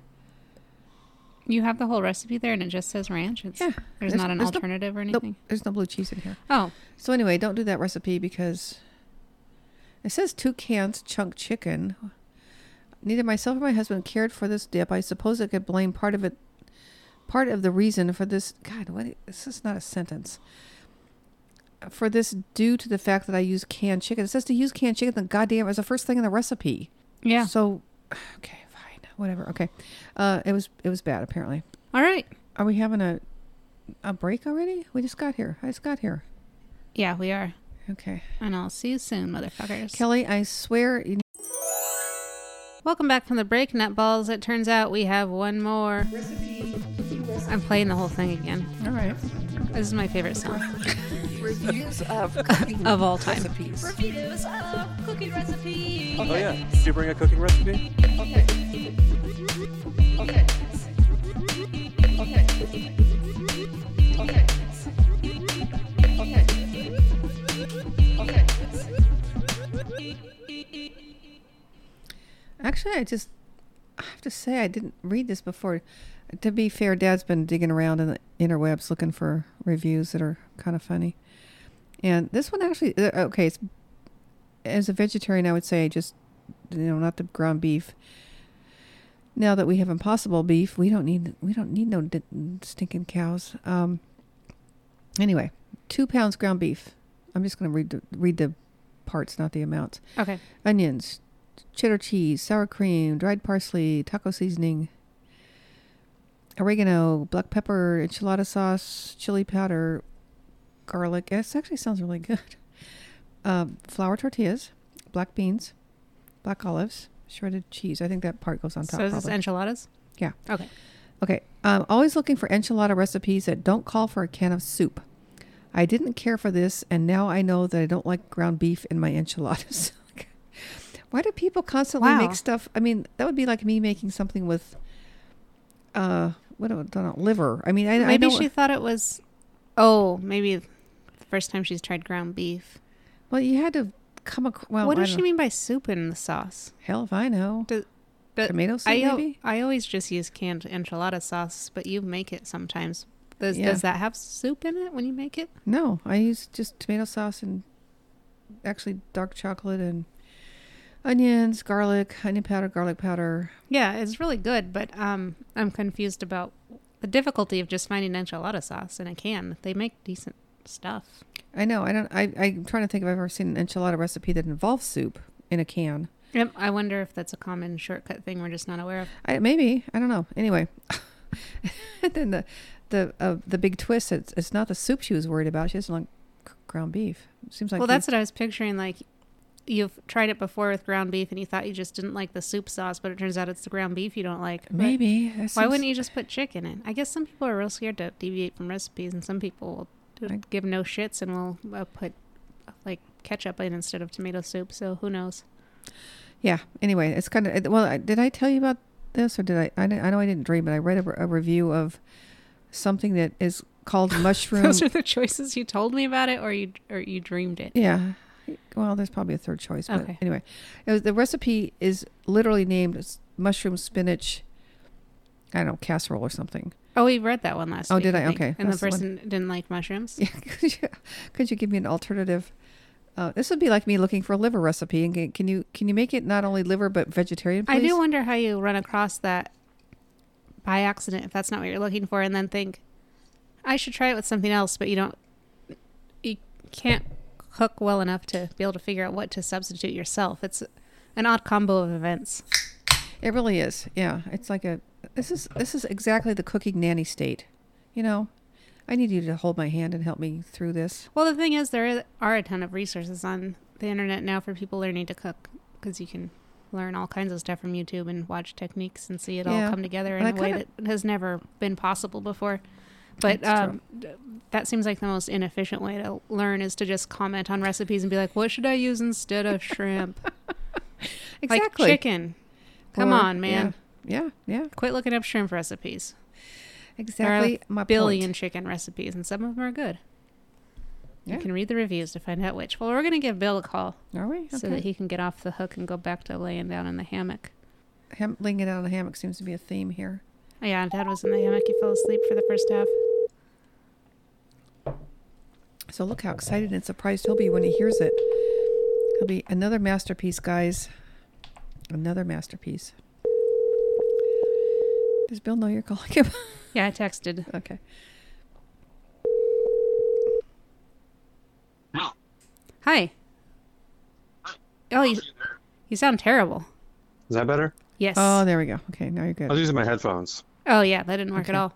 Speaker 2: you have the whole recipe there, and it just says ranch. It's,
Speaker 3: Yeah,
Speaker 2: there's,
Speaker 3: there's-
Speaker 2: not an
Speaker 3: there's no-
Speaker 2: alternative or
Speaker 3: Nope,
Speaker 2: anything.
Speaker 3: there's no blue cheese in here.
Speaker 2: Oh,
Speaker 3: So anyway, don't do that recipe because it says two cans chunk chicken. Neither myself or my husband cared for this dip. I suppose I could blame part of it, part of the reason for this. God, what? This is not a sentence. For this, due to the fact that I use canned chicken. It says to use canned chicken. Then goddamn, it was the first thing in the recipe.
Speaker 2: yeah.
Speaker 3: So, okay, fine, whatever. Okay, uh, it was it was bad apparently.
Speaker 2: All right.
Speaker 3: Are we having a a break already? We just got here. I just got here.
Speaker 2: Yeah, we are.
Speaker 3: Okay.
Speaker 2: And I'll see you soon, motherfuckers.
Speaker 3: Kelly, I swear. You
Speaker 2: Welcome back from the break, nutballs. It turns out we have one more. I'm playing the whole thing again.
Speaker 3: All right.
Speaker 2: This is my favorite (laughs) song
Speaker 5: Reviews
Speaker 3: (laughs)
Speaker 5: of cooking
Speaker 2: of all time.
Speaker 5: recipes.
Speaker 6: Reviews of cooking recipes.
Speaker 4: Oh yeah. Did you bring a cooking recipe?
Speaker 5: Okay. Okay. Okay. Okay. Okay. Okay.
Speaker 3: Actually, I just I have to say I didn't read this before. To be fair, Dad's been digging around in the interwebs looking for reviews that are kind of funny, and this one actually uh, okay. It's, as a vegetarian, I would say just you know not the ground beef. Now that we have impossible beef, we don't need we don't need no d- stinking cows. Um. Anyway, two pounds ground beef. I'm just going to read the, read the parts, not the amounts
Speaker 2: Okay.
Speaker 3: onions, cheddar cheese, sour cream, dried parsley, taco seasoning, oregano, black pepper, enchilada sauce, chili powder, garlic. This actually sounds really good. (laughs) Um, flour tortillas, black beans, black olives, shredded cheese. I think that part goes on top.
Speaker 2: So is this
Speaker 3: probably.
Speaker 2: enchiladas?
Speaker 3: Yeah.
Speaker 2: Okay.
Speaker 3: Okay. I'm always looking for enchilada recipes that don't call for a can of soup. I didn't care for this, and now I know that I don't like ground beef in my (laughs) enchiladas. Why do people constantly
Speaker 2: Wow.
Speaker 3: make stuff? I mean, that would be like me making something with, uh, what do I don't know, liver. I mean, I, I
Speaker 2: Maybe
Speaker 3: know.
Speaker 2: she thought it was. Oh, maybe the first time she's tried ground beef.
Speaker 3: well, you had to come across. Well,
Speaker 2: what
Speaker 3: I
Speaker 2: does
Speaker 3: don't
Speaker 2: she
Speaker 3: know.
Speaker 2: mean by soup in the sauce?
Speaker 3: Hell if I know.
Speaker 2: Do- but
Speaker 3: Tomato soup,
Speaker 2: I, al-
Speaker 3: maybe?
Speaker 2: I always just use canned enchilada sauce, but you make it sometimes. Does,
Speaker 3: Yeah.
Speaker 2: does that have soup in it when you make it?
Speaker 3: No, I use just tomato sauce and actually dark chocolate and onions, garlic, onion powder, garlic powder.
Speaker 2: Yeah, it's really good, but um, I'm confused about the difficulty of just finding enchilada sauce in a can. They make decent stuff.
Speaker 3: I know. I don't. I, I'm trying to think if I've ever seen an enchilada recipe that involves soup in a can.
Speaker 2: Yep. I wonder if that's a common shortcut thing we're just not aware of.
Speaker 3: I, maybe I don't know. Anyway, (laughs) and then the the uh, the big twist. It's it's not the soup she was worried about. She doesn't like gr- ground beef. Seems like
Speaker 2: well,
Speaker 3: you-
Speaker 2: that's what I was picturing. Like, you've tried it before with ground beef, and you thought you just didn't like the soup sauce, but it turns out it's the ground beef you don't like. But
Speaker 3: maybe. That
Speaker 2: Why
Speaker 3: seems-
Speaker 2: wouldn't you just put chicken in? I guess some people are real scared to deviate from recipes, and some people will do-
Speaker 3: I-
Speaker 2: give no shits and will uh, put like ketchup in instead of tomato soup. So who knows?
Speaker 3: Yeah. Anyway, it's kind of well. I- Did I tell you about this, or did I? I, didn't- I know I didn't dream, but I read a, re- a review of something that is
Speaker 2: (laughs)
Speaker 3: called mushroom.
Speaker 2: Those are the choices you told me about it, or you or you dreamed it.
Speaker 3: (laughs) Yeah. Well, there's probably a third choice, but
Speaker 2: Okay.
Speaker 3: anyway, it was, the recipe is literally named s- mushroom spinach. I don't know casserole or something. (laughs)
Speaker 2: Oh, we read that one last.
Speaker 3: Oh,
Speaker 2: week,
Speaker 3: did I?
Speaker 2: think.
Speaker 3: Okay.
Speaker 2: And the
Speaker 3: That's the one.
Speaker 2: person didn't like mushrooms.
Speaker 3: Yeah, could you, could you give me an alternative? Uh, this would be like me looking for a liver recipe, and can, can you can you make it not only liver but vegetarian? Please?
Speaker 2: I do wonder how you run across that by accident if that's not what you're looking for, and then think I should try it with something else, but you don't. You can't cook well enough to be able to figure out what to substitute yourself. It's an odd combo of events.
Speaker 3: It really is. Yeah, it's like a this is this is exactly the cooking nanny state. You know, I need you to hold my hand and help me through this.
Speaker 2: Well, the thing is, there are a ton of resources on the internet now for people learning to cook because you can learn all kinds of stuff from YouTube and watch techniques and see it
Speaker 3: Yeah.
Speaker 2: all come together in
Speaker 3: And I
Speaker 2: a way
Speaker 3: kinda-
Speaker 2: that has never been possible before. But
Speaker 3: That's
Speaker 2: um, d- that seems like the most inefficient way to learn is to just comment on recipes and be like, "What should I use instead of
Speaker 3: (laughs)
Speaker 2: shrimp?
Speaker 3: Exactly.
Speaker 2: Like chicken. Come
Speaker 3: Or-
Speaker 2: on, man.
Speaker 3: Yeah, yeah, yeah.
Speaker 2: Quit looking up shrimp recipes. There are
Speaker 3: exactly. My
Speaker 2: billion
Speaker 3: Point.
Speaker 2: chicken recipes, and some of them are good.
Speaker 3: Yeah.
Speaker 2: You can read the reviews to find out which. Well, we're gonna give Bill a call
Speaker 3: Are we? Okay.
Speaker 2: so that he can get off the hook and go back to laying down in the hammock.
Speaker 3: Ham- laying it out on the hammock seems to be a theme here.
Speaker 2: Oh, yeah, Dad was in the hammock. He fell asleep for the first half.
Speaker 3: So look how excited and surprised he'll be when he hears it. He'll be another masterpiece, guys. Another masterpiece. Does Bill know you're calling him? (laughs)
Speaker 2: Yeah, I texted.
Speaker 3: okay.
Speaker 2: Hi. Oh, you, you sound terrible.
Speaker 4: Is that better?
Speaker 2: Yes.
Speaker 3: Oh, there we go. Okay, now you're
Speaker 4: I was
Speaker 3: good.
Speaker 4: using my headphones.
Speaker 2: oh, yeah, that didn't work at all.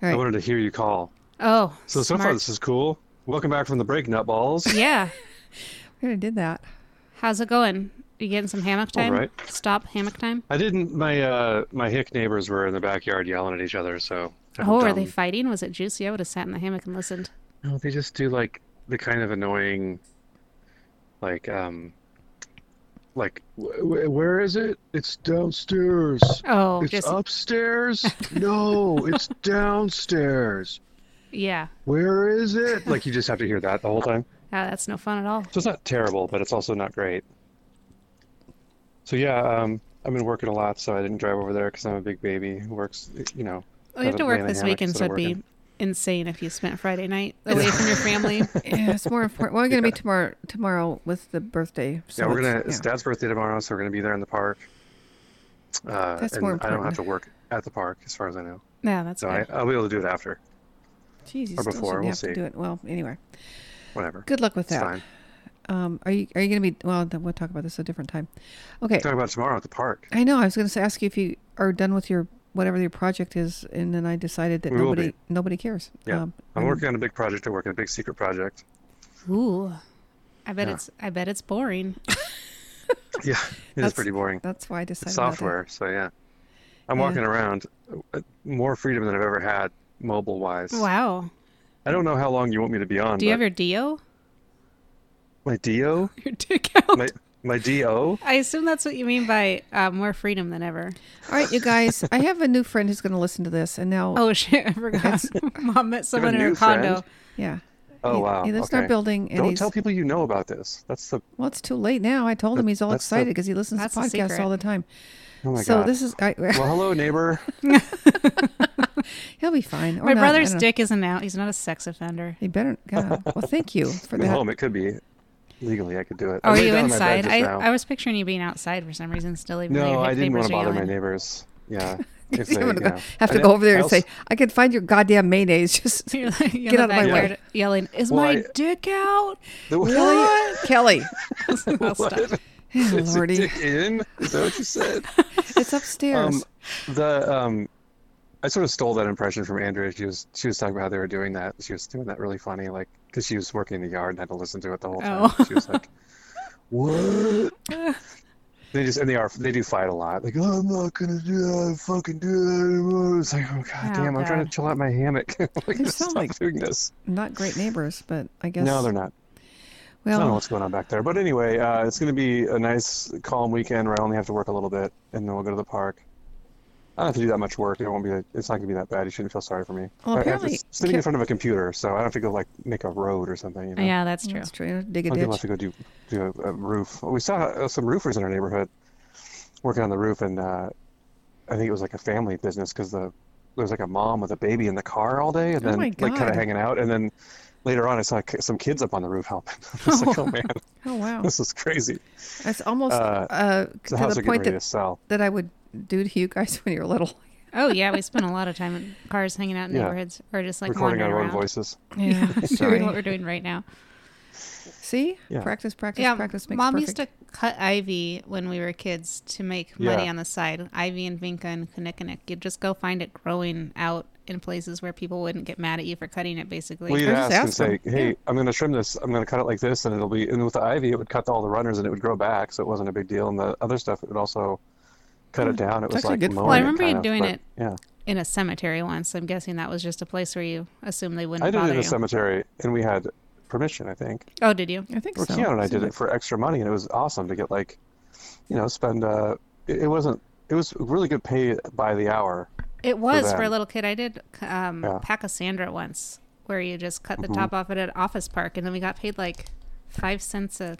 Speaker 3: Right.
Speaker 4: I wanted to hear you call.
Speaker 2: Oh,
Speaker 4: So so far
Speaker 2: smart.
Speaker 4: this is cool. Welcome back from the break, nutballs.
Speaker 2: yeah.
Speaker 3: We already did that.
Speaker 2: How's it going? You getting some hammock
Speaker 4: All
Speaker 2: time?
Speaker 4: right.
Speaker 2: Stop hammock time.
Speaker 4: I didn't. My uh, my hick neighbors were in the backyard yelling at each other. So I'm
Speaker 2: Oh, are they
Speaker 4: dumb.
Speaker 2: fighting? Was it juicy? I would have sat in the hammock and listened.
Speaker 4: No, they just do like the kind of annoying, like um, like "Wh- wh- where is it? It's downstairs.
Speaker 2: Oh,
Speaker 4: it's
Speaker 2: just (laughs)
Speaker 4: upstairs. no, it's downstairs.
Speaker 2: yeah.
Speaker 4: Where is it? Like you just have to hear that the whole time.
Speaker 2: Ah, that's no fun at all.
Speaker 4: So it's not terrible, but it's also not great. So yeah, um, I've been working a lot, so I didn't drive over there because I'm a big baby who works, you know.
Speaker 2: We Oh, have to
Speaker 4: doesn't lay
Speaker 2: work
Speaker 4: in a
Speaker 2: this
Speaker 4: hammock
Speaker 2: weekend, so
Speaker 4: instead
Speaker 2: it'd
Speaker 4: of
Speaker 2: be
Speaker 4: working.
Speaker 2: insane if you spent Friday
Speaker 4: (laughs)
Speaker 2: night away from your family.
Speaker 3: Yeah, it's more important. Well, we're going to meet tomorrow tomorrow with the birthday. So
Speaker 4: yeah, we're
Speaker 3: it's-
Speaker 4: gonna. It's Dad's birthday tomorrow, so we're gonna be there in the park. Uh,
Speaker 3: That's
Speaker 4: and
Speaker 3: more
Speaker 4: I don't
Speaker 3: important.
Speaker 4: have to work at the park, as far as I know.
Speaker 2: Yeah, that's
Speaker 4: So
Speaker 2: good.
Speaker 4: I, I'll be able to do it after,
Speaker 3: Jeez, you
Speaker 4: or
Speaker 3: still
Speaker 4: before,
Speaker 3: shouldn't
Speaker 4: we'll
Speaker 3: have
Speaker 4: see.
Speaker 3: to do it. Well, anyway,
Speaker 4: whatever.
Speaker 3: good luck with
Speaker 4: It's
Speaker 3: that.
Speaker 4: fine.
Speaker 3: Um, are you are you going to be? Well, then we'll talk about this a different time. Okay.
Speaker 4: Talk about it tomorrow at the park.
Speaker 3: I know. I was going to ask you if you are done with your whatever your project is, and then I decided that
Speaker 4: We will
Speaker 3: nobody
Speaker 4: be.
Speaker 3: nobody cares.
Speaker 4: Yeah,
Speaker 3: Um,
Speaker 4: I'm working on a big project. I work on a big secret project. (laughs)
Speaker 2: Ooh, I bet
Speaker 4: Yeah.
Speaker 2: it's I bet it's boring.
Speaker 4: Yeah, it
Speaker 3: That's-
Speaker 4: is pretty boring.
Speaker 3: That's why I decided.
Speaker 4: It's
Speaker 3: not to.
Speaker 4: software, so yeah. I'm
Speaker 3: Yeah.
Speaker 4: walking around, uh, more freedom than I've ever had, mobile-wise. (laughs)
Speaker 2: Wow.
Speaker 4: I don't know how long you want me to be on.
Speaker 2: Do you
Speaker 4: but
Speaker 2: have your
Speaker 4: (laughs)
Speaker 2: do?
Speaker 4: my do?
Speaker 2: Your dick out.
Speaker 4: My my do?
Speaker 2: (laughs) I assume that's what you mean by uh, more freedom than ever.
Speaker 3: All right, you guys. I have a new friend who's going to listen to this, and now,
Speaker 2: Oh (laughs) shit! I forgot. Mom met someone in her
Speaker 4: new
Speaker 2: condo.
Speaker 4: friend?
Speaker 3: yeah.
Speaker 4: Oh
Speaker 3: he,
Speaker 4: wow.
Speaker 3: He lives
Speaker 4: okay.
Speaker 3: in our building, and
Speaker 4: Don't
Speaker 3: he's
Speaker 4: tell people you know about this. That's the
Speaker 3: well. It's too late now. I told him he's all
Speaker 4: That's the-
Speaker 3: excited because he listens to
Speaker 2: That's the
Speaker 3: podcasts
Speaker 2: secret.
Speaker 3: all the time.
Speaker 4: oh my
Speaker 3: so
Speaker 4: god.
Speaker 3: this is I, (laughs)
Speaker 4: Well, hello neighbor.
Speaker 3: he'll be fine. or
Speaker 2: My
Speaker 3: not, I
Speaker 2: brother's
Speaker 3: don't know.
Speaker 2: dick isn't out. He's not a sex offender.
Speaker 3: He better. God. Well, thank
Speaker 4: (laughs)
Speaker 3: you for
Speaker 4: I'm
Speaker 3: that. (laughs)
Speaker 4: home. It could be legally. I could do it. I
Speaker 2: Are
Speaker 4: laid
Speaker 2: you
Speaker 4: down in my bed
Speaker 2: inside?
Speaker 4: just
Speaker 2: I,
Speaker 4: now.
Speaker 2: I was picturing you being outside for some reason, still even though
Speaker 4: No,
Speaker 2: your
Speaker 4: I didn't
Speaker 2: neighbors
Speaker 4: want to
Speaker 2: are
Speaker 4: bother my
Speaker 2: yelling.
Speaker 4: neighbors. Yeah. If
Speaker 3: I'm
Speaker 4: they,
Speaker 3: gonna
Speaker 4: you
Speaker 3: go-
Speaker 4: know.
Speaker 3: have to
Speaker 4: I did-
Speaker 3: go over there
Speaker 4: I
Speaker 3: and say,
Speaker 4: also-
Speaker 3: "I can find your goddamn mayonnaise." (laughs)
Speaker 2: (laughs)
Speaker 3: Just
Speaker 2: You're like, you're
Speaker 3: Get
Speaker 2: in
Speaker 3: out
Speaker 2: the
Speaker 3: of my way.
Speaker 2: backyard yelling, "Is
Speaker 4: Well,
Speaker 2: my
Speaker 4: I-
Speaker 2: dick
Speaker 4: (laughs)
Speaker 2: out?" (laughs)
Speaker 4: the-
Speaker 3: Kelly,
Speaker 4: (laughs)
Speaker 3: Kelly. (laughs) Oh,
Speaker 2: I'll stop.
Speaker 4: Is it
Speaker 3: Lordy.
Speaker 4: dick in? Is that what you said?
Speaker 3: It's upstairs.
Speaker 4: Um, the um, I sort of stole that impression from Andrea. She was she was talking about how they were doing that. She was doing that really funny, like because she was working in the yard and had to listen to it the whole time.
Speaker 2: Oh.
Speaker 4: She was like, "What?" they just and they are they do fight a lot. Like, oh, I'm not gonna do that. I fucking do that anymore. It's like, oh god
Speaker 2: Oh,
Speaker 4: damn, I'm trying
Speaker 2: God.
Speaker 4: to chill out my hammock. (laughs) like,
Speaker 3: They
Speaker 4: just
Speaker 3: sound
Speaker 4: stop
Speaker 3: like-
Speaker 4: doing this.
Speaker 3: not great neighbors, but I guess.
Speaker 4: No, they're not. I don't know
Speaker 3: Well,
Speaker 4: what's going on back there. But anyway, uh, it's going to be a nice, calm weekend where I only have to work a little bit, and then we'll go to the park. I don't have to do that much work. It won't be. It's not going to be that bad. You shouldn't feel sorry for me.
Speaker 3: Well,
Speaker 4: I- I-
Speaker 3: apparently-
Speaker 4: it's sitting in front of a computer, so I don't have to go like make a road or something. You know?
Speaker 2: Yeah, that's true.
Speaker 3: that's true. You know, Dig a
Speaker 4: Some people
Speaker 3: ditch.
Speaker 4: have to go do do a, a roof. Well, we saw uh, some roofers in our neighborhood working on the roof, and uh, I think it was like a family business because the there was like a mom with a baby in the car all day, and
Speaker 3: Oh
Speaker 4: then
Speaker 3: my
Speaker 4: like kind
Speaker 3: God.
Speaker 4: of hanging out, and then later on I saw k- some kids up on the roof helping. (laughs) I
Speaker 3: (laughs)
Speaker 4: was like, oh man,
Speaker 3: Oh wow,
Speaker 4: (laughs) this is crazy.
Speaker 3: that's almost uh,
Speaker 4: (laughs) uh,
Speaker 3: to
Speaker 4: So how's
Speaker 3: the
Speaker 4: it getting
Speaker 3: point
Speaker 4: ready to
Speaker 3: that,
Speaker 4: sell?
Speaker 3: that I would do to you guys (laughs) when you were little.
Speaker 2: Oh yeah, we spend a lot of time in cars, hanging out in
Speaker 4: Yeah.
Speaker 2: neighborhoods, or just like
Speaker 4: Recording
Speaker 2: wandering
Speaker 4: our own
Speaker 2: around,
Speaker 4: voices.
Speaker 3: (laughs) Yeah,
Speaker 2: doing what we're doing right now.
Speaker 3: See,
Speaker 4: Yeah.
Speaker 3: practice, practice,
Speaker 2: yeah,
Speaker 3: practice makes
Speaker 2: mom
Speaker 3: perfect.
Speaker 2: used to cut ivy when we were kids to make money
Speaker 4: Yeah.
Speaker 2: on the side. Ivy and vinca and kinnikinick. You'd just go find it growing out in places where people wouldn't get mad at you for cutting it. Basically,
Speaker 4: We'd
Speaker 3: Or
Speaker 4: ask,
Speaker 3: just
Speaker 4: and
Speaker 3: ask
Speaker 4: say,
Speaker 3: them.
Speaker 4: "Hey, I'm going to trim this. I'm going to cut it like this, and it'll be." And with the ivy, it would cut all the runners, and it would grow back, so it wasn't a big deal. And the other stuff, it would also cut it down. It was
Speaker 3: Hmm. actually
Speaker 4: like
Speaker 3: good for
Speaker 4: mowing
Speaker 2: Well, I
Speaker 4: it
Speaker 2: remember you
Speaker 4: kind of,
Speaker 2: doing
Speaker 4: but-
Speaker 2: it.
Speaker 4: Yeah,
Speaker 2: in a cemetery once. I'm guessing that was just a place where you assume they wouldn't
Speaker 4: I did it
Speaker 2: bother
Speaker 4: in
Speaker 2: you.
Speaker 4: a cemetery, and we had permission, I think.
Speaker 2: oh, did you?
Speaker 3: I think
Speaker 4: Or
Speaker 3: so.
Speaker 4: Keanu and I
Speaker 3: So
Speaker 4: did it for extra money, and it was awesome to get like, you know, spend. Uh, it, it wasn't. It was really good pay by the hour.
Speaker 2: It was for, a
Speaker 4: them.
Speaker 2: little kid. I did um,
Speaker 4: Yeah. Mm-hmm.
Speaker 2: pack a Sandra once, where you just cut the top off it at Office Park, and then we got paid like five cents a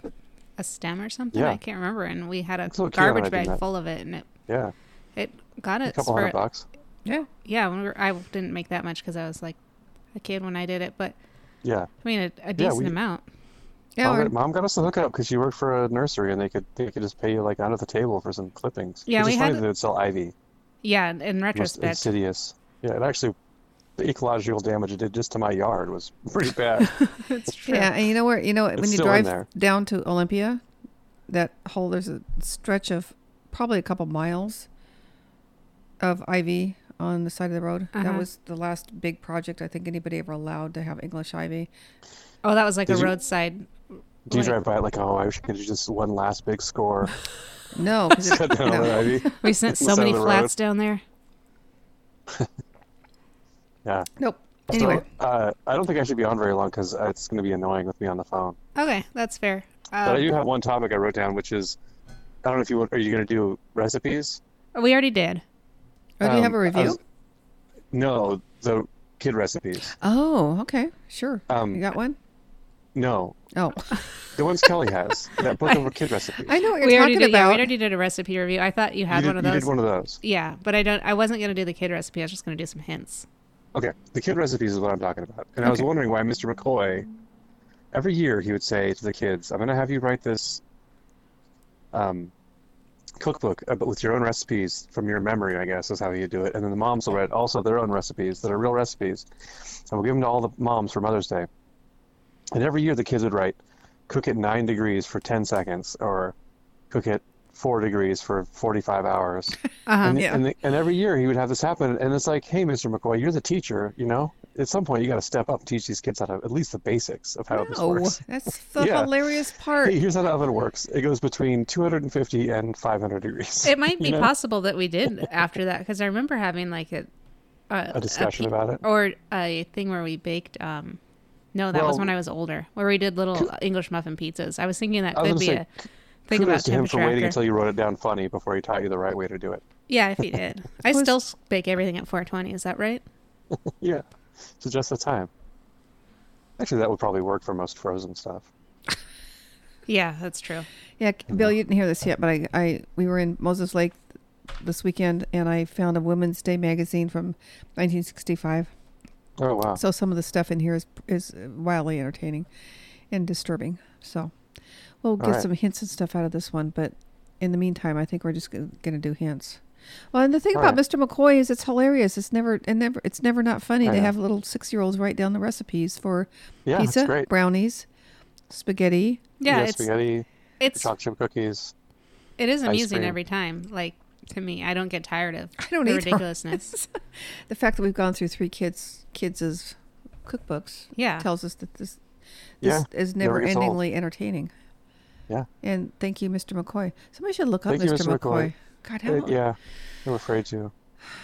Speaker 2: a stem or something.
Speaker 4: Yeah.
Speaker 2: I can't remember. And we had a
Speaker 4: It's a little kid when I
Speaker 2: garbage
Speaker 4: did
Speaker 2: bag
Speaker 4: that.
Speaker 2: full of it, and it
Speaker 4: Yeah,
Speaker 2: it got
Speaker 4: a
Speaker 2: it
Speaker 4: couple
Speaker 2: for
Speaker 4: hundred bucks.
Speaker 3: Yeah.
Speaker 2: yeah. When we were, I didn't make that much because I was like a kid when I did it, but
Speaker 4: Yeah,
Speaker 2: I mean a, a decent
Speaker 4: we-
Speaker 2: amount.
Speaker 3: Yeah.
Speaker 4: mom,
Speaker 3: or-
Speaker 4: got, mom got us the hookup because she worked for a nursery, and they could they could just pay you like out of the table for some clippings.
Speaker 2: Yeah,
Speaker 4: Which
Speaker 2: we
Speaker 4: is
Speaker 2: had-
Speaker 4: funny that they would sell ivy.
Speaker 2: Yeah, in- in
Speaker 4: Most
Speaker 2: retrospect,
Speaker 4: insidious. Yeah, it actually the ecological damage it did just to my
Speaker 2: (laughs)
Speaker 4: yard was pretty bad.
Speaker 2: (laughs) it's true.
Speaker 3: Yeah, and you know where you know when you
Speaker 4: still in
Speaker 3: drive
Speaker 4: there.
Speaker 3: down to Olympia, that whole there's a stretch of probably a couple miles of ivy on the side of the road.
Speaker 2: Uh-huh.
Speaker 3: That was the last big project I think anybody ever allowed to have English ivy.
Speaker 4: (laughs)
Speaker 2: Oh, that was like
Speaker 4: Did
Speaker 2: a
Speaker 4: you-
Speaker 2: roadside.
Speaker 4: Do you
Speaker 2: Like-
Speaker 4: drive by it like, oh, I wish I could do just one last big score? (laughs)
Speaker 3: No, 'cause it-
Speaker 4: Cut down on
Speaker 3: no.
Speaker 4: ivy.
Speaker 2: (laughs)
Speaker 4: (laughs)
Speaker 2: We sent so
Speaker 4: Side of
Speaker 2: many
Speaker 4: the road.
Speaker 2: flats down there.
Speaker 4: Yeah.
Speaker 3: nope. Anyway,
Speaker 4: So, uh, I don't think I should be on very long because it's going to be annoying with me on the phone.
Speaker 2: Okay, that's fair.
Speaker 4: But I
Speaker 2: Um,
Speaker 4: do have one topic I wrote down, which is I don't know if you want- are you going to do recipes?
Speaker 2: we already did.
Speaker 3: oh, do you have a
Speaker 4: Um, I
Speaker 3: review?
Speaker 4: was- No, the kid recipes.
Speaker 3: oh, okay, sure.
Speaker 4: Um,
Speaker 3: you got one?
Speaker 4: No,
Speaker 3: Oh, (laughs)
Speaker 4: the ones Kelly has that book of kid recipes.
Speaker 3: I know what you're
Speaker 2: We already
Speaker 3: talking
Speaker 2: did. Yeah, we
Speaker 3: about.
Speaker 2: already did a recipe review. I thought you
Speaker 4: You
Speaker 2: had
Speaker 4: did,
Speaker 2: one of
Speaker 4: you
Speaker 2: those.
Speaker 4: did one of those.
Speaker 2: Yeah, but I don't. I wasn't gonna do the kid recipe. I was just gonna do some hints.
Speaker 4: Okay, the kid recipes is what I'm talking about. And I was
Speaker 3: Okay.
Speaker 4: wondering why Mr. McCoy, every year he would say to the kids, I'm going to have you write this um, cookbook uh, but with your own recipes from your memory, I guess, is how you do it. And then the moms will write also their own recipes that are real recipes. And we'll give them to all the moms for Mother's Day. And every year the kids would write, cook at nine degrees for 10 seconds or cook at four degrees for 45 hours.
Speaker 2: Uh huh.
Speaker 4: And,
Speaker 3: Yeah.
Speaker 4: and, and every year he would have this happen, and it's like, hey, Mr. McCoy, you're the teacher. You know, at some point you got to step up and teach these kids how to at least the basics of how this
Speaker 2: Oh,
Speaker 3: No,
Speaker 2: (laughs)
Speaker 4: works.
Speaker 3: that's the
Speaker 4: Yeah.
Speaker 3: hilarious part.
Speaker 4: Hey, here's how the oven works. It goes between 250 and 500 degrees.
Speaker 2: It might be
Speaker 4: know?
Speaker 2: possible that we did after that because I remember having like a a,
Speaker 4: A discussion
Speaker 2: pe-
Speaker 4: about it.
Speaker 2: or a thing where we baked. um No, that was
Speaker 4: Well-
Speaker 2: when I was older, where we did little English muffin pizzas. I was thinking that
Speaker 4: I was
Speaker 2: could be
Speaker 4: gonna
Speaker 2: a
Speaker 4: say,
Speaker 2: thing
Speaker 4: Kudos
Speaker 2: about
Speaker 4: to him for
Speaker 2: temperature.
Speaker 4: waiting
Speaker 2: after.
Speaker 4: until you wrote it down funny before he taught you the right way to do it.
Speaker 2: Yeah, if you
Speaker 4: (laughs)
Speaker 2: did, I still s- bake everything at 420. Is that right?
Speaker 4: Yeah, to just the time. Actually, that would probably work for most frozen stuff.
Speaker 2: Yeah, that's true.
Speaker 3: Yeah, K- Bill, you didn't hear this yet, but I, I we were in Moses Lake this weekend, and I found a Women's Day magazine from 1965.
Speaker 4: Oh wow.
Speaker 3: So some of the stuff in here is is wildly entertaining and disturbing. So we'll get
Speaker 4: right.
Speaker 3: some hints and stuff out of this one, but in the meantime, I think we're just going to do hints. Well, and the thing
Speaker 4: All
Speaker 3: about
Speaker 4: right.
Speaker 3: Mr. McCoy is it's hilarious. It's never and never it's never not funny.
Speaker 4: I
Speaker 3: They
Speaker 4: know.
Speaker 3: have little six year olds write down the recipes for
Speaker 4: Yeah, it's
Speaker 3: pizza,
Speaker 4: great.
Speaker 3: brownies, spaghetti.
Speaker 2: Yeah,
Speaker 4: You got
Speaker 2: it's
Speaker 4: spaghetti,
Speaker 2: it's
Speaker 4: chocolate chip cookies.
Speaker 2: it is amusing
Speaker 4: cream.
Speaker 2: every time. Like to me, I don't get tired of I
Speaker 3: don't
Speaker 2: the
Speaker 3: either. (laughs)
Speaker 2: ridiculousness.
Speaker 3: the fact that we've gone through three kids kids' cookbooks
Speaker 2: Yeah.
Speaker 3: tells us that this
Speaker 4: Yeah,
Speaker 3: this is never
Speaker 4: never gets old.
Speaker 3: endingly entertaining.
Speaker 4: Yeah.
Speaker 3: And thank you, Mr. McCoy. Somebody should look up
Speaker 4: Thank you,
Speaker 3: Mr. McCoy.
Speaker 4: Mr. McCoy.
Speaker 3: God,
Speaker 4: Uh,
Speaker 3: how
Speaker 4: yeah, I'm afraid to.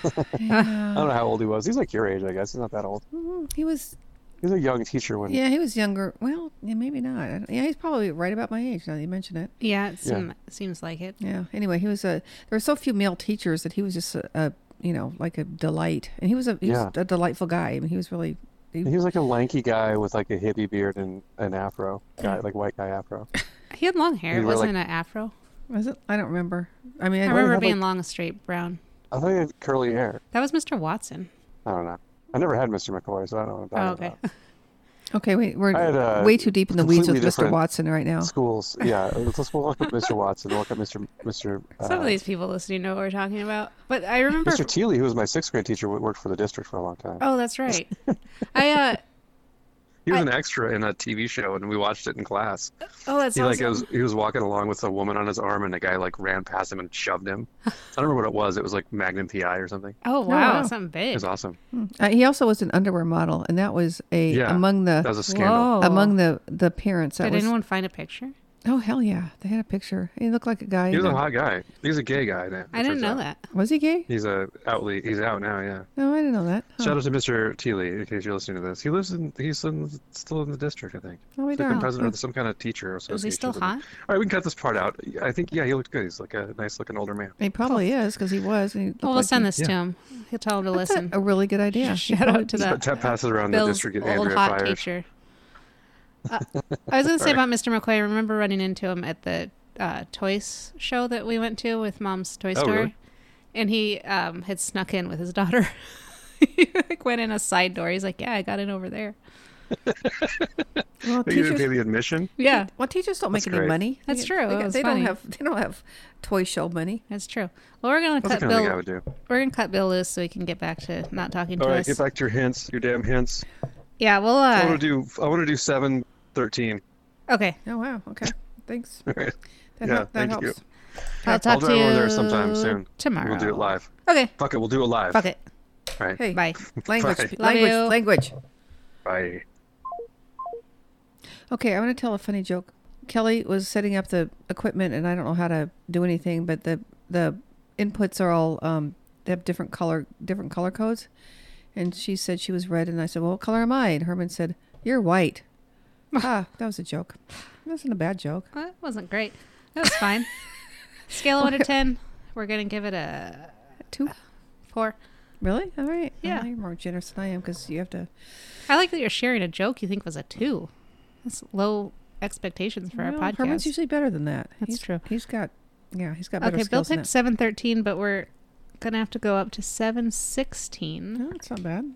Speaker 4: I don't know how old he was. He's like your age, I guess. He's not that old.
Speaker 3: Mm, he was.
Speaker 4: He was a young teacher when.
Speaker 3: Yeah, he was younger. Well, yeah, maybe not. I don't- Yeah, he's probably right about my age now that you mention it.
Speaker 2: yeah, it seem, seems like it.
Speaker 3: Yeah. Anyway, he was a. There were so few male teachers that he was just a, a you know like a delight, and he was a he was
Speaker 4: Yeah.
Speaker 3: a delightful guy. I mean, he was really. He,
Speaker 4: He was like a lanky guy with like a hippie beard and an afro, guy like white guy afro.
Speaker 2: He had long hair. It
Speaker 4: You were, like-
Speaker 2: wasn't an afro.
Speaker 3: was it? I don't remember. I mean,
Speaker 2: I
Speaker 3: I,
Speaker 2: remember
Speaker 4: had,
Speaker 2: being
Speaker 4: like-
Speaker 2: long, straight brown.
Speaker 4: I thought he had curly hair.
Speaker 2: That was Mr. Watson.
Speaker 4: I don't know. I never had Mr. McCoy, so I don't know what I'm
Speaker 2: Oh,
Speaker 4: talking
Speaker 2: okay.
Speaker 3: Okay, wait, we're
Speaker 4: I had, uh,
Speaker 3: way too deep in the weeds with
Speaker 4: completely
Speaker 3: Mr.
Speaker 4: different
Speaker 3: Watson right now.
Speaker 2: Oh.
Speaker 4: about. Schools,
Speaker 2: (laughs)
Speaker 4: yeah. Let's let's walk up Mr. Watson. Walk up Mr. Mr. Uh,
Speaker 2: Some of these people listening know what we're talking about. But I remember.
Speaker 4: Mr. Teely, who was my sixth grade teacher, wo- worked for the district for a long time.
Speaker 2: oh, that's
Speaker 4: (laughs)
Speaker 2: right. I uh.
Speaker 4: he
Speaker 2: was I-
Speaker 4: an extra in a TV show, and we watched it in class.
Speaker 2: Oh, that's
Speaker 4: He like
Speaker 2: awesome.
Speaker 4: was he was walking along with a woman on his arm, and a guy like ran past him and
Speaker 2: (laughs)
Speaker 4: shoved him. I don't remember what it was. It was like Magnum PI or something.
Speaker 2: Oh wow,
Speaker 3: wow.
Speaker 2: something
Speaker 4: It
Speaker 2: big.
Speaker 4: was awesome.
Speaker 3: Uh, he also was an underwear model, and that was a
Speaker 4: Yeah,
Speaker 3: among the
Speaker 4: That was a
Speaker 2: Whoa.
Speaker 4: scandal.
Speaker 3: among the the parents. That
Speaker 2: Oh. Did
Speaker 3: was
Speaker 2: anyone find a picture?
Speaker 3: Oh hell yeah! They had a picture. He looked like a guy.
Speaker 4: He was a
Speaker 3: in a-
Speaker 4: hot guy. He's a gay guy now.
Speaker 2: I
Speaker 4: it
Speaker 2: didn't
Speaker 4: turns
Speaker 2: know
Speaker 4: out.
Speaker 2: that.
Speaker 3: Was he gay?
Speaker 4: He's a outly. He's out now. Yeah.
Speaker 3: No, I didn't know that. Huh.
Speaker 4: Shout out to Mr. Teeley in case you're listening to this. He lives in. He's in, still in the district, I think.
Speaker 3: Oh, we
Speaker 4: He's like been
Speaker 3: don't.
Speaker 4: president of some kind of teacher or
Speaker 2: Was he still hot?
Speaker 4: All right, we can cut this part out. I think yeah, he looked good. He's like a nice looking older man.
Speaker 3: He probably is because he was. And he looked
Speaker 2: Well, we'll
Speaker 3: like
Speaker 2: send
Speaker 3: he-
Speaker 2: this to him. He'll tell him to
Speaker 3: That's a-
Speaker 2: listen.
Speaker 3: A really good
Speaker 2: (laughs)
Speaker 3: idea.
Speaker 2: Shout out to
Speaker 4: That,
Speaker 2: that
Speaker 4: passes around the
Speaker 2: Bill's
Speaker 4: district
Speaker 2: old
Speaker 4: at Andrea
Speaker 2: hot
Speaker 4: Fires. (laughs)
Speaker 2: teacher. Uh, I was going to say about Mr. McCoy. I remember running into him at the uh, toys show that we went to with Mom's Toy
Speaker 4: Oh,
Speaker 2: Store,
Speaker 4: really?
Speaker 2: and he um, had snuck in with his (laughs) daughter. he like went in a side door. He's like, "Yeah, I got in over there."
Speaker 3: (laughs) Well,
Speaker 4: They didn't
Speaker 3: teachers-
Speaker 4: pay the admission.
Speaker 2: Yeah,
Speaker 3: Well, teachers don't
Speaker 4: That's
Speaker 3: make any
Speaker 4: great.
Speaker 3: money.
Speaker 2: That's
Speaker 3: They-
Speaker 2: true.
Speaker 3: They,
Speaker 2: It was
Speaker 3: they
Speaker 2: funny.
Speaker 3: don't have they don't have toy show money.
Speaker 2: that's true. Well, we're going to
Speaker 4: That's
Speaker 2: cut
Speaker 4: the kind of thing I
Speaker 2: Bill.
Speaker 4: would do.
Speaker 2: We're going to cut Bill loose so he can get back to not talking
Speaker 4: All
Speaker 2: to
Speaker 4: right,
Speaker 2: us.
Speaker 4: get back to your hints, your damn hints.
Speaker 2: Yeah, well,
Speaker 4: I
Speaker 2: uh,
Speaker 4: want to do. I want to do seven thirteen. (laughs)
Speaker 2: okay.
Speaker 3: Oh wow. Okay. Thanks. That,
Speaker 4: Yeah,
Speaker 3: help- that
Speaker 4: thank you.
Speaker 3: helps.
Speaker 2: I'll talk
Speaker 4: I'll
Speaker 2: to
Speaker 4: drive
Speaker 2: you
Speaker 4: over there sometime soon.
Speaker 2: Tomorrow.
Speaker 4: We'll do it live.
Speaker 2: Okay.
Speaker 4: Fuck it, we'll do it live.
Speaker 2: Fuck it.
Speaker 4: All right.
Speaker 3: Hey,
Speaker 4: (laughs)
Speaker 2: Bye.
Speaker 3: language,
Speaker 4: Bye.
Speaker 2: Love
Speaker 3: language,
Speaker 2: you.
Speaker 3: language.
Speaker 4: Bye.
Speaker 3: Okay, I want to tell a funny joke. Kelly was setting up the equipment, and I don't know how to do anything, but the the inputs are all um, they have different color different color codes. And she said she was red, and I said, "Well, what color am I?" And Herman said,
Speaker 2: (laughs)
Speaker 3: "You're white." ah, that was a joke. That wasn't a bad joke.
Speaker 2: Well, that wasn't great. That was fine.
Speaker 3: (laughs)
Speaker 2: Scale of one to ten. We're gonna give it a
Speaker 3: Two,
Speaker 2: four.
Speaker 3: really? All right.
Speaker 2: Yeah.
Speaker 3: Oh, you're more generous than I am because you have to.
Speaker 2: I like that you're sharing a joke you think was a two. That's low expectations for
Speaker 3: Well,
Speaker 2: our podcast.
Speaker 3: Herman's usually better than that.
Speaker 2: That's
Speaker 3: He's-
Speaker 2: true.
Speaker 3: He's got, yeah, he's got better
Speaker 2: okay, Bill
Speaker 3: skills than
Speaker 2: picked seven thirteen, but we're gonna have to go up to seven sixteen.
Speaker 3: No, it's not bad.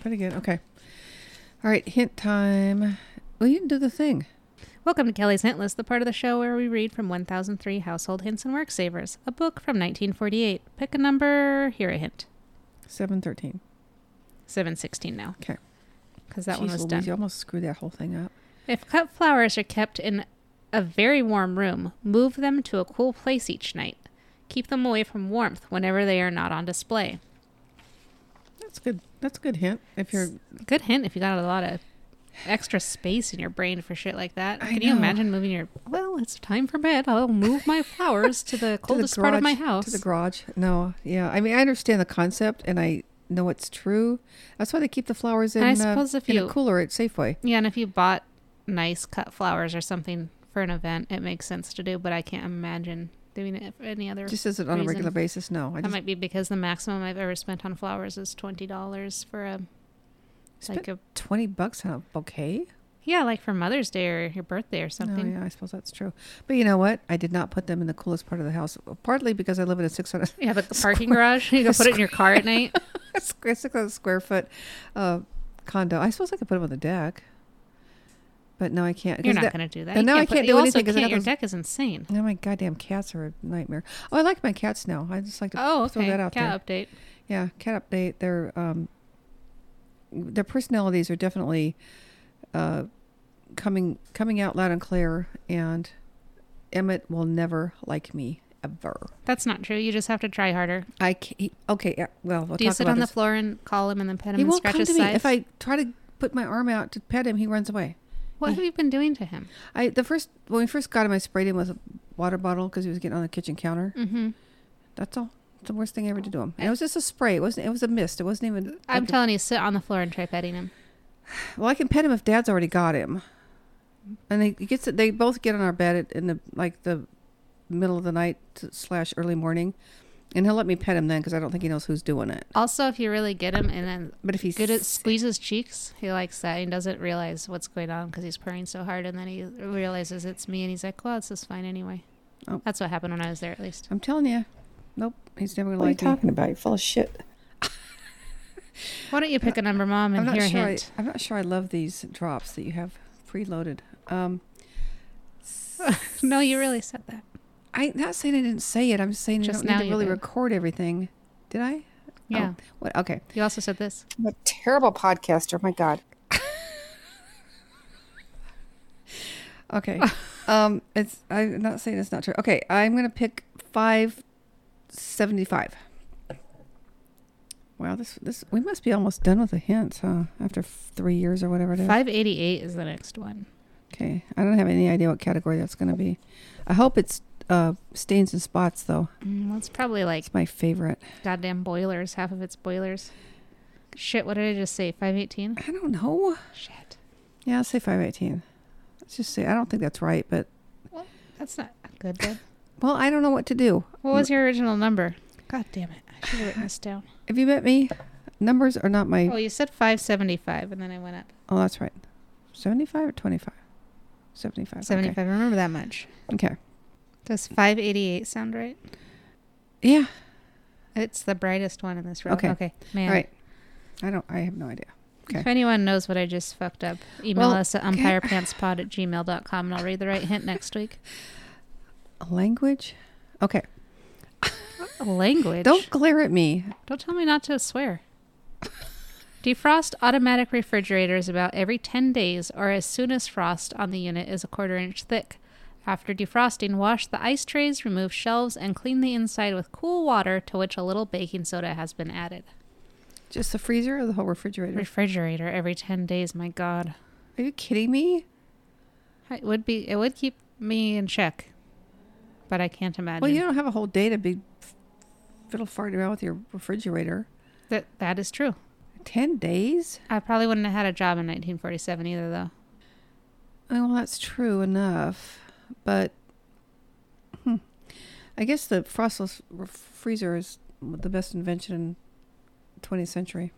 Speaker 3: Pretty good. Okay. All right, hint time. Well, you can do the thing.
Speaker 2: Welcome to Kelly's Hint List, the part of the show where we read from 1003 Household Hints and Work Savers, a book from 1948. Pick a number, hear a hint.
Speaker 3: 713.
Speaker 2: 716 now,
Speaker 3: Okay.
Speaker 2: because that
Speaker 3: Jeez
Speaker 2: one was
Speaker 3: Louise,
Speaker 2: done.
Speaker 3: You almost screwed that whole thing up.
Speaker 2: If cut flowers are kept in a very warm room, move them to a cool place each night. Keep them away from warmth whenever they are not on display.
Speaker 3: That's good. That's a good hint. If you're
Speaker 2: Good hint if you got a lot of extra space in your brain for shit like that.
Speaker 3: I
Speaker 2: Can you
Speaker 3: know.
Speaker 2: imagine moving your well, it's time for bed. I'll move my flowers to the
Speaker 3: (laughs) to the
Speaker 2: coldest part of my
Speaker 3: garage-
Speaker 2: house.
Speaker 3: To the garage. No, yeah. I mean, I understand the concept and I know it's true. That's why they keep the flowers in,
Speaker 2: And I
Speaker 3: uh,
Speaker 2: suppose if
Speaker 3: in a
Speaker 2: you-
Speaker 3: cooler at Safeway.
Speaker 2: yeah, and if you bought nice cut flowers or something for an event, it makes sense to do, but I can't imagine doing it for any other
Speaker 3: Just isn't on a
Speaker 2: reason.
Speaker 3: regular basis. No, I
Speaker 2: That
Speaker 3: just
Speaker 2: might be because the maximum I've ever spent on flowers is twenty dollars for a like
Speaker 3: spent
Speaker 2: a
Speaker 3: twenty bucks on a bouquet.
Speaker 2: yeah, like for Mother's Day or your birthday or
Speaker 3: Oh,
Speaker 2: something.
Speaker 3: yeah, I suppose that's true. But you know what? I did not put them in the coolest part of the house, partly because I live in a 600 (laughs)
Speaker 2: yeah. but the parking garage, you go put it in your car at night.
Speaker 3: square, 600 square foot uh, condo. I suppose I could put them on the deck, but no, I can't.
Speaker 2: You're
Speaker 3: 'cause
Speaker 2: not
Speaker 3: that-
Speaker 2: going to do that.
Speaker 3: And
Speaker 2: You
Speaker 3: now I
Speaker 2: put-
Speaker 3: can't
Speaker 2: you
Speaker 3: do
Speaker 2: also
Speaker 3: anything because I
Speaker 2: can't-
Speaker 3: got
Speaker 2: your
Speaker 3: those.
Speaker 2: deck is insane.
Speaker 3: Oh my goddamn cats are a nightmare. Oh, I like my cats now. I just like to
Speaker 2: Oh, okay.
Speaker 3: throw that out there.
Speaker 2: Cat update.
Speaker 3: Yeah, cat update. Their um, their personalities are definitely uh, coming coming out loud and clear. And Emmett will never like me ever.
Speaker 2: That's not true. You just have to try harder.
Speaker 3: I ca- he- okay. Yeah, well, we'll
Speaker 2: do you
Speaker 3: talk
Speaker 2: sit
Speaker 3: about
Speaker 2: on
Speaker 3: this.
Speaker 2: the floor and call him and then pet him
Speaker 3: He
Speaker 2: and
Speaker 3: won't
Speaker 2: scratch
Speaker 3: come
Speaker 2: his
Speaker 3: to me.
Speaker 2: sides?
Speaker 3: If I try to put my arm out to pet him, he runs away.
Speaker 2: what have you been doing to him?
Speaker 3: I the first when we first got him, I sprayed him with a water bottle because he was getting on the kitchen counter.
Speaker 2: Mm-hmm.
Speaker 3: That's all. It's the worst thing I ever did to him. And it was just a spray. It wasn't. It was a mist. It wasn't even.
Speaker 2: I'm
Speaker 3: like a-
Speaker 2: telling you, sit on the floor and try petting him.
Speaker 3: Well, I can pet him if Dad's already got him. And they he gets they both get on our bed at, in the like the middle of the night slash early morning, and he'll let me pet him then because I don't think he knows who's doing it.
Speaker 2: Also, if you really get him and then
Speaker 3: But if he's
Speaker 2: good at squeeze his cheeks. He likes that. He doesn't realize what's going on because he's purring so hard, and then he realizes it's me, and he's like, "Well, this is fine anyway."
Speaker 3: Oh.
Speaker 2: That's what happened when I was there, at least.
Speaker 3: I'm telling you, nope, he's never gonna
Speaker 5: What are you
Speaker 3: like me.
Speaker 5: talking about? You're full of shit.
Speaker 2: Why don't you pick a number, mom,
Speaker 3: Uh, I'm
Speaker 2: and
Speaker 3: not
Speaker 2: hear a
Speaker 3: sure. I,
Speaker 2: hint?
Speaker 3: I'm not sure. I love these drops that you have preloaded. Um,
Speaker 2: no, you really said that.
Speaker 3: Oh. I'm not saying I didn't say it. I'm just saying
Speaker 2: Just
Speaker 3: I don't
Speaker 2: now
Speaker 3: need to
Speaker 2: you
Speaker 3: really
Speaker 2: did.
Speaker 3: record everything. Did I?
Speaker 2: Yeah,
Speaker 3: Oh, what? Okay.
Speaker 2: you also said this.
Speaker 5: I'm a terrible podcaster. My God.
Speaker 2: (laughs)
Speaker 3: Okay. um, it's. I'm not saying it's not true. Okay. I'm gonna pick five seventy-five. Wow. This. This. We must be almost done with the hints, huh? After f- three years or whatever it is.
Speaker 2: Five eighty-eight is the next one.
Speaker 3: Okay. I don't have any idea what category that's going to be. I hope it's uh, stains and spots, though.
Speaker 2: Mm, that's probably like
Speaker 3: It's my favorite.
Speaker 2: goddamn boilers. Half of it's boilers. Shit, what did I just say? 518?
Speaker 3: I don't know.
Speaker 2: Shit.
Speaker 3: Yeah, I'll say 518. Let's just say, I don't think that's right, but,
Speaker 2: That's not good, babe.
Speaker 3: well, I don't know what to do.
Speaker 2: What was your original number? God damn it. I should have written this down.
Speaker 3: Have you met me? Numbers are not my.
Speaker 2: Well, you said 575, and then I went up.
Speaker 3: Oh, that's right. 75 or 25? 75. okay.
Speaker 2: 75. I remember that much.
Speaker 3: Okay.
Speaker 2: Does 588 sound right?
Speaker 3: Yeah.
Speaker 2: It's the brightest one in this row.
Speaker 3: Okay.
Speaker 2: Okay. Man.
Speaker 3: All right. I don't, I have no idea.
Speaker 2: If
Speaker 3: Okay.
Speaker 2: anyone knows what I just fucked up, email
Speaker 3: Well,
Speaker 2: us at
Speaker 3: okay.
Speaker 2: umpirepantspod at gmail.com and I'll read the right hint next
Speaker 3: (laughs)
Speaker 2: week.
Speaker 3: Language? Okay.
Speaker 2: Language.
Speaker 3: Don't glare at me.
Speaker 2: Don't tell me not to swear. Defrost automatic refrigerators about every 10 days or as soon as frost on the unit is a quarter inch thick. After defrosting, wash the ice trays, remove shelves, and clean the inside with cool water to which a little baking soda has been added.
Speaker 3: Just the freezer or the whole refrigerator?
Speaker 2: Refrigerator every 10 days, my god.
Speaker 3: Are you kidding me?
Speaker 2: It would be it would keep me in check. But I can't imagine.
Speaker 3: Well, you don't have a whole day to be f- fiddle farting around with your refrigerator.
Speaker 2: that that is true.
Speaker 3: 10 days?
Speaker 2: I probably wouldn't have had a job in 1947 either though.
Speaker 3: Oh, well, that's true enough. But hmm, I guess the frostless ref- freezer is the best invention in 20th century.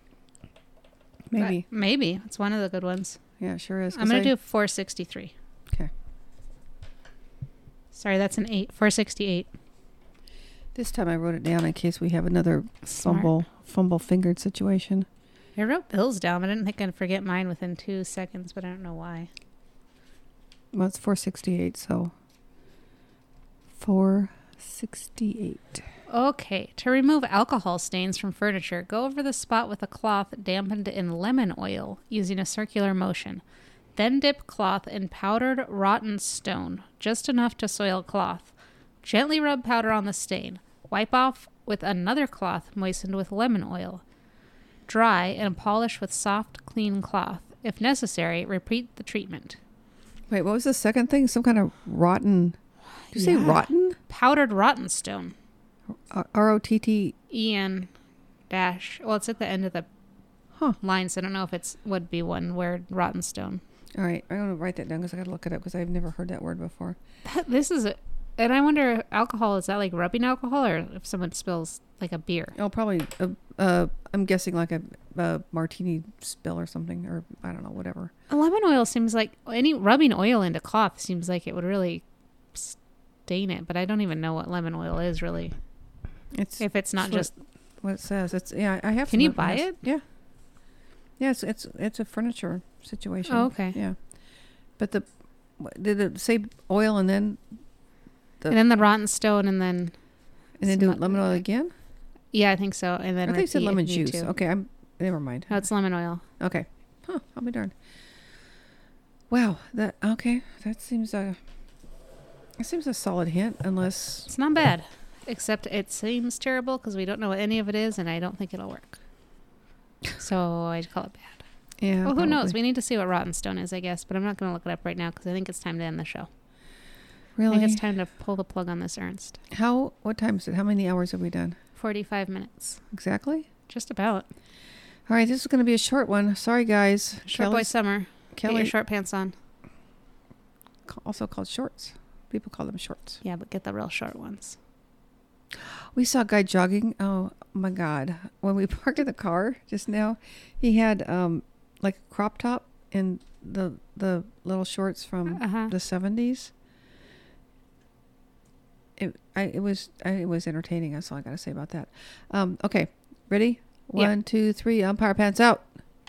Speaker 3: Maybe.
Speaker 2: But maybe. It's one of the good ones.
Speaker 3: yeah, it sure is.
Speaker 2: I'm
Speaker 3: 'cause
Speaker 2: gonna
Speaker 3: I-
Speaker 2: do 463.
Speaker 3: Okay.
Speaker 2: Sorry, that's an eight. 468.
Speaker 3: This time I wrote it down in case we have another
Speaker 2: Smart.
Speaker 3: fumble fumble fingered situation.
Speaker 2: I wrote Bill's down. but I didn't think I'd forget mine within two seconds, but I don't know why.
Speaker 3: Well, it's 468, so 468.
Speaker 2: Okay, to remove alcohol stains from furniture, go over the spot with a cloth dampened in lemon oil using a circular motion. Then dip cloth in powdered rotten stone, just enough to soil cloth. Gently rub powder on the stain. Wipe off with another cloth moistened with lemon oil. Dry and polish with soft, clean cloth. If necessary, repeat the treatment.
Speaker 3: Wait, what was the second thing? Some kind of rotten. Did you say
Speaker 2: Yeah.
Speaker 3: rotten? Uh,
Speaker 2: Powdered rotten stone.
Speaker 3: R O T T.
Speaker 2: en dash well it's at the end of the
Speaker 3: Huh.
Speaker 2: line so i don't know if it's would be one word rotten (laughs) stone
Speaker 3: All right, I'm going to write that down because I got to look it up because I've never heard that word before.
Speaker 2: this is a, and i wonder if alcohol is that like rubbing alcohol or if someone spills like a beer
Speaker 3: Oh, probably, uh, uh, I'm guessing like a, a martini spill or something, or I don't know, whatever.
Speaker 2: lemon oil seems like any rubbing oil into cloth seems like it would really stain it but i don't even know what lemon oil is really
Speaker 3: It's
Speaker 2: if it's not
Speaker 3: Sort-
Speaker 2: just
Speaker 3: what it says. It's yeah. I have.
Speaker 2: Can
Speaker 3: some
Speaker 2: you
Speaker 3: of
Speaker 2: buy
Speaker 3: has-
Speaker 2: it?
Speaker 3: Yeah. Yeah, it's it's it's a furniture situation.
Speaker 2: Oh, okay.
Speaker 3: Yeah, but the what- did it say oil and then the-
Speaker 2: and then the rotten stone and then
Speaker 3: and then
Speaker 2: It's
Speaker 3: do
Speaker 2: not-
Speaker 3: lemon oil again?
Speaker 2: yeah i think so and
Speaker 3: I
Speaker 2: then E,
Speaker 3: think it said
Speaker 2: repeat if
Speaker 3: lemon
Speaker 2: you need
Speaker 3: juice.
Speaker 2: to.
Speaker 3: Okay, I'm never mind.
Speaker 2: no it's lemon oil
Speaker 3: Okay, huh? I'll be darned. Wow, that okay. That seems a that seems a solid hint, unless
Speaker 2: it's not bad except it seems terrible because we don't know what any of it is and i don't think it'll work so i call it bad
Speaker 3: yeah.
Speaker 2: Well, who
Speaker 3: probably.
Speaker 2: knows? We need to see what Rotten Stone is, I guess, but I'm not going to look it up right now because I think it's time to end the show. I
Speaker 3: really
Speaker 2: think it's time to pull the plug on this, Ernst.
Speaker 3: how what time is it? How many hours have we done
Speaker 2: 45 minutes.
Speaker 3: exactly?
Speaker 2: Just about.
Speaker 3: All right, this is going to be a short one. Sorry, guys.
Speaker 2: Short boy
Speaker 3: Kelly's-
Speaker 2: summer. Get your
Speaker 3: Kelly,
Speaker 2: short pants on.
Speaker 3: ca- also called shorts. People call them shorts.
Speaker 2: Yeah, but get the real short ones.
Speaker 3: We saw a guy jogging. Oh my god! When we (laughs) parked in the car just now, he had um like a crop top and the the little shorts from
Speaker 2: Uh-huh.
Speaker 3: the seventies. It I it was I, it was entertaining. That's all I got to say about that. Um, okay, ready?
Speaker 2: Yeah.
Speaker 3: One, two, three. Umpire pants out.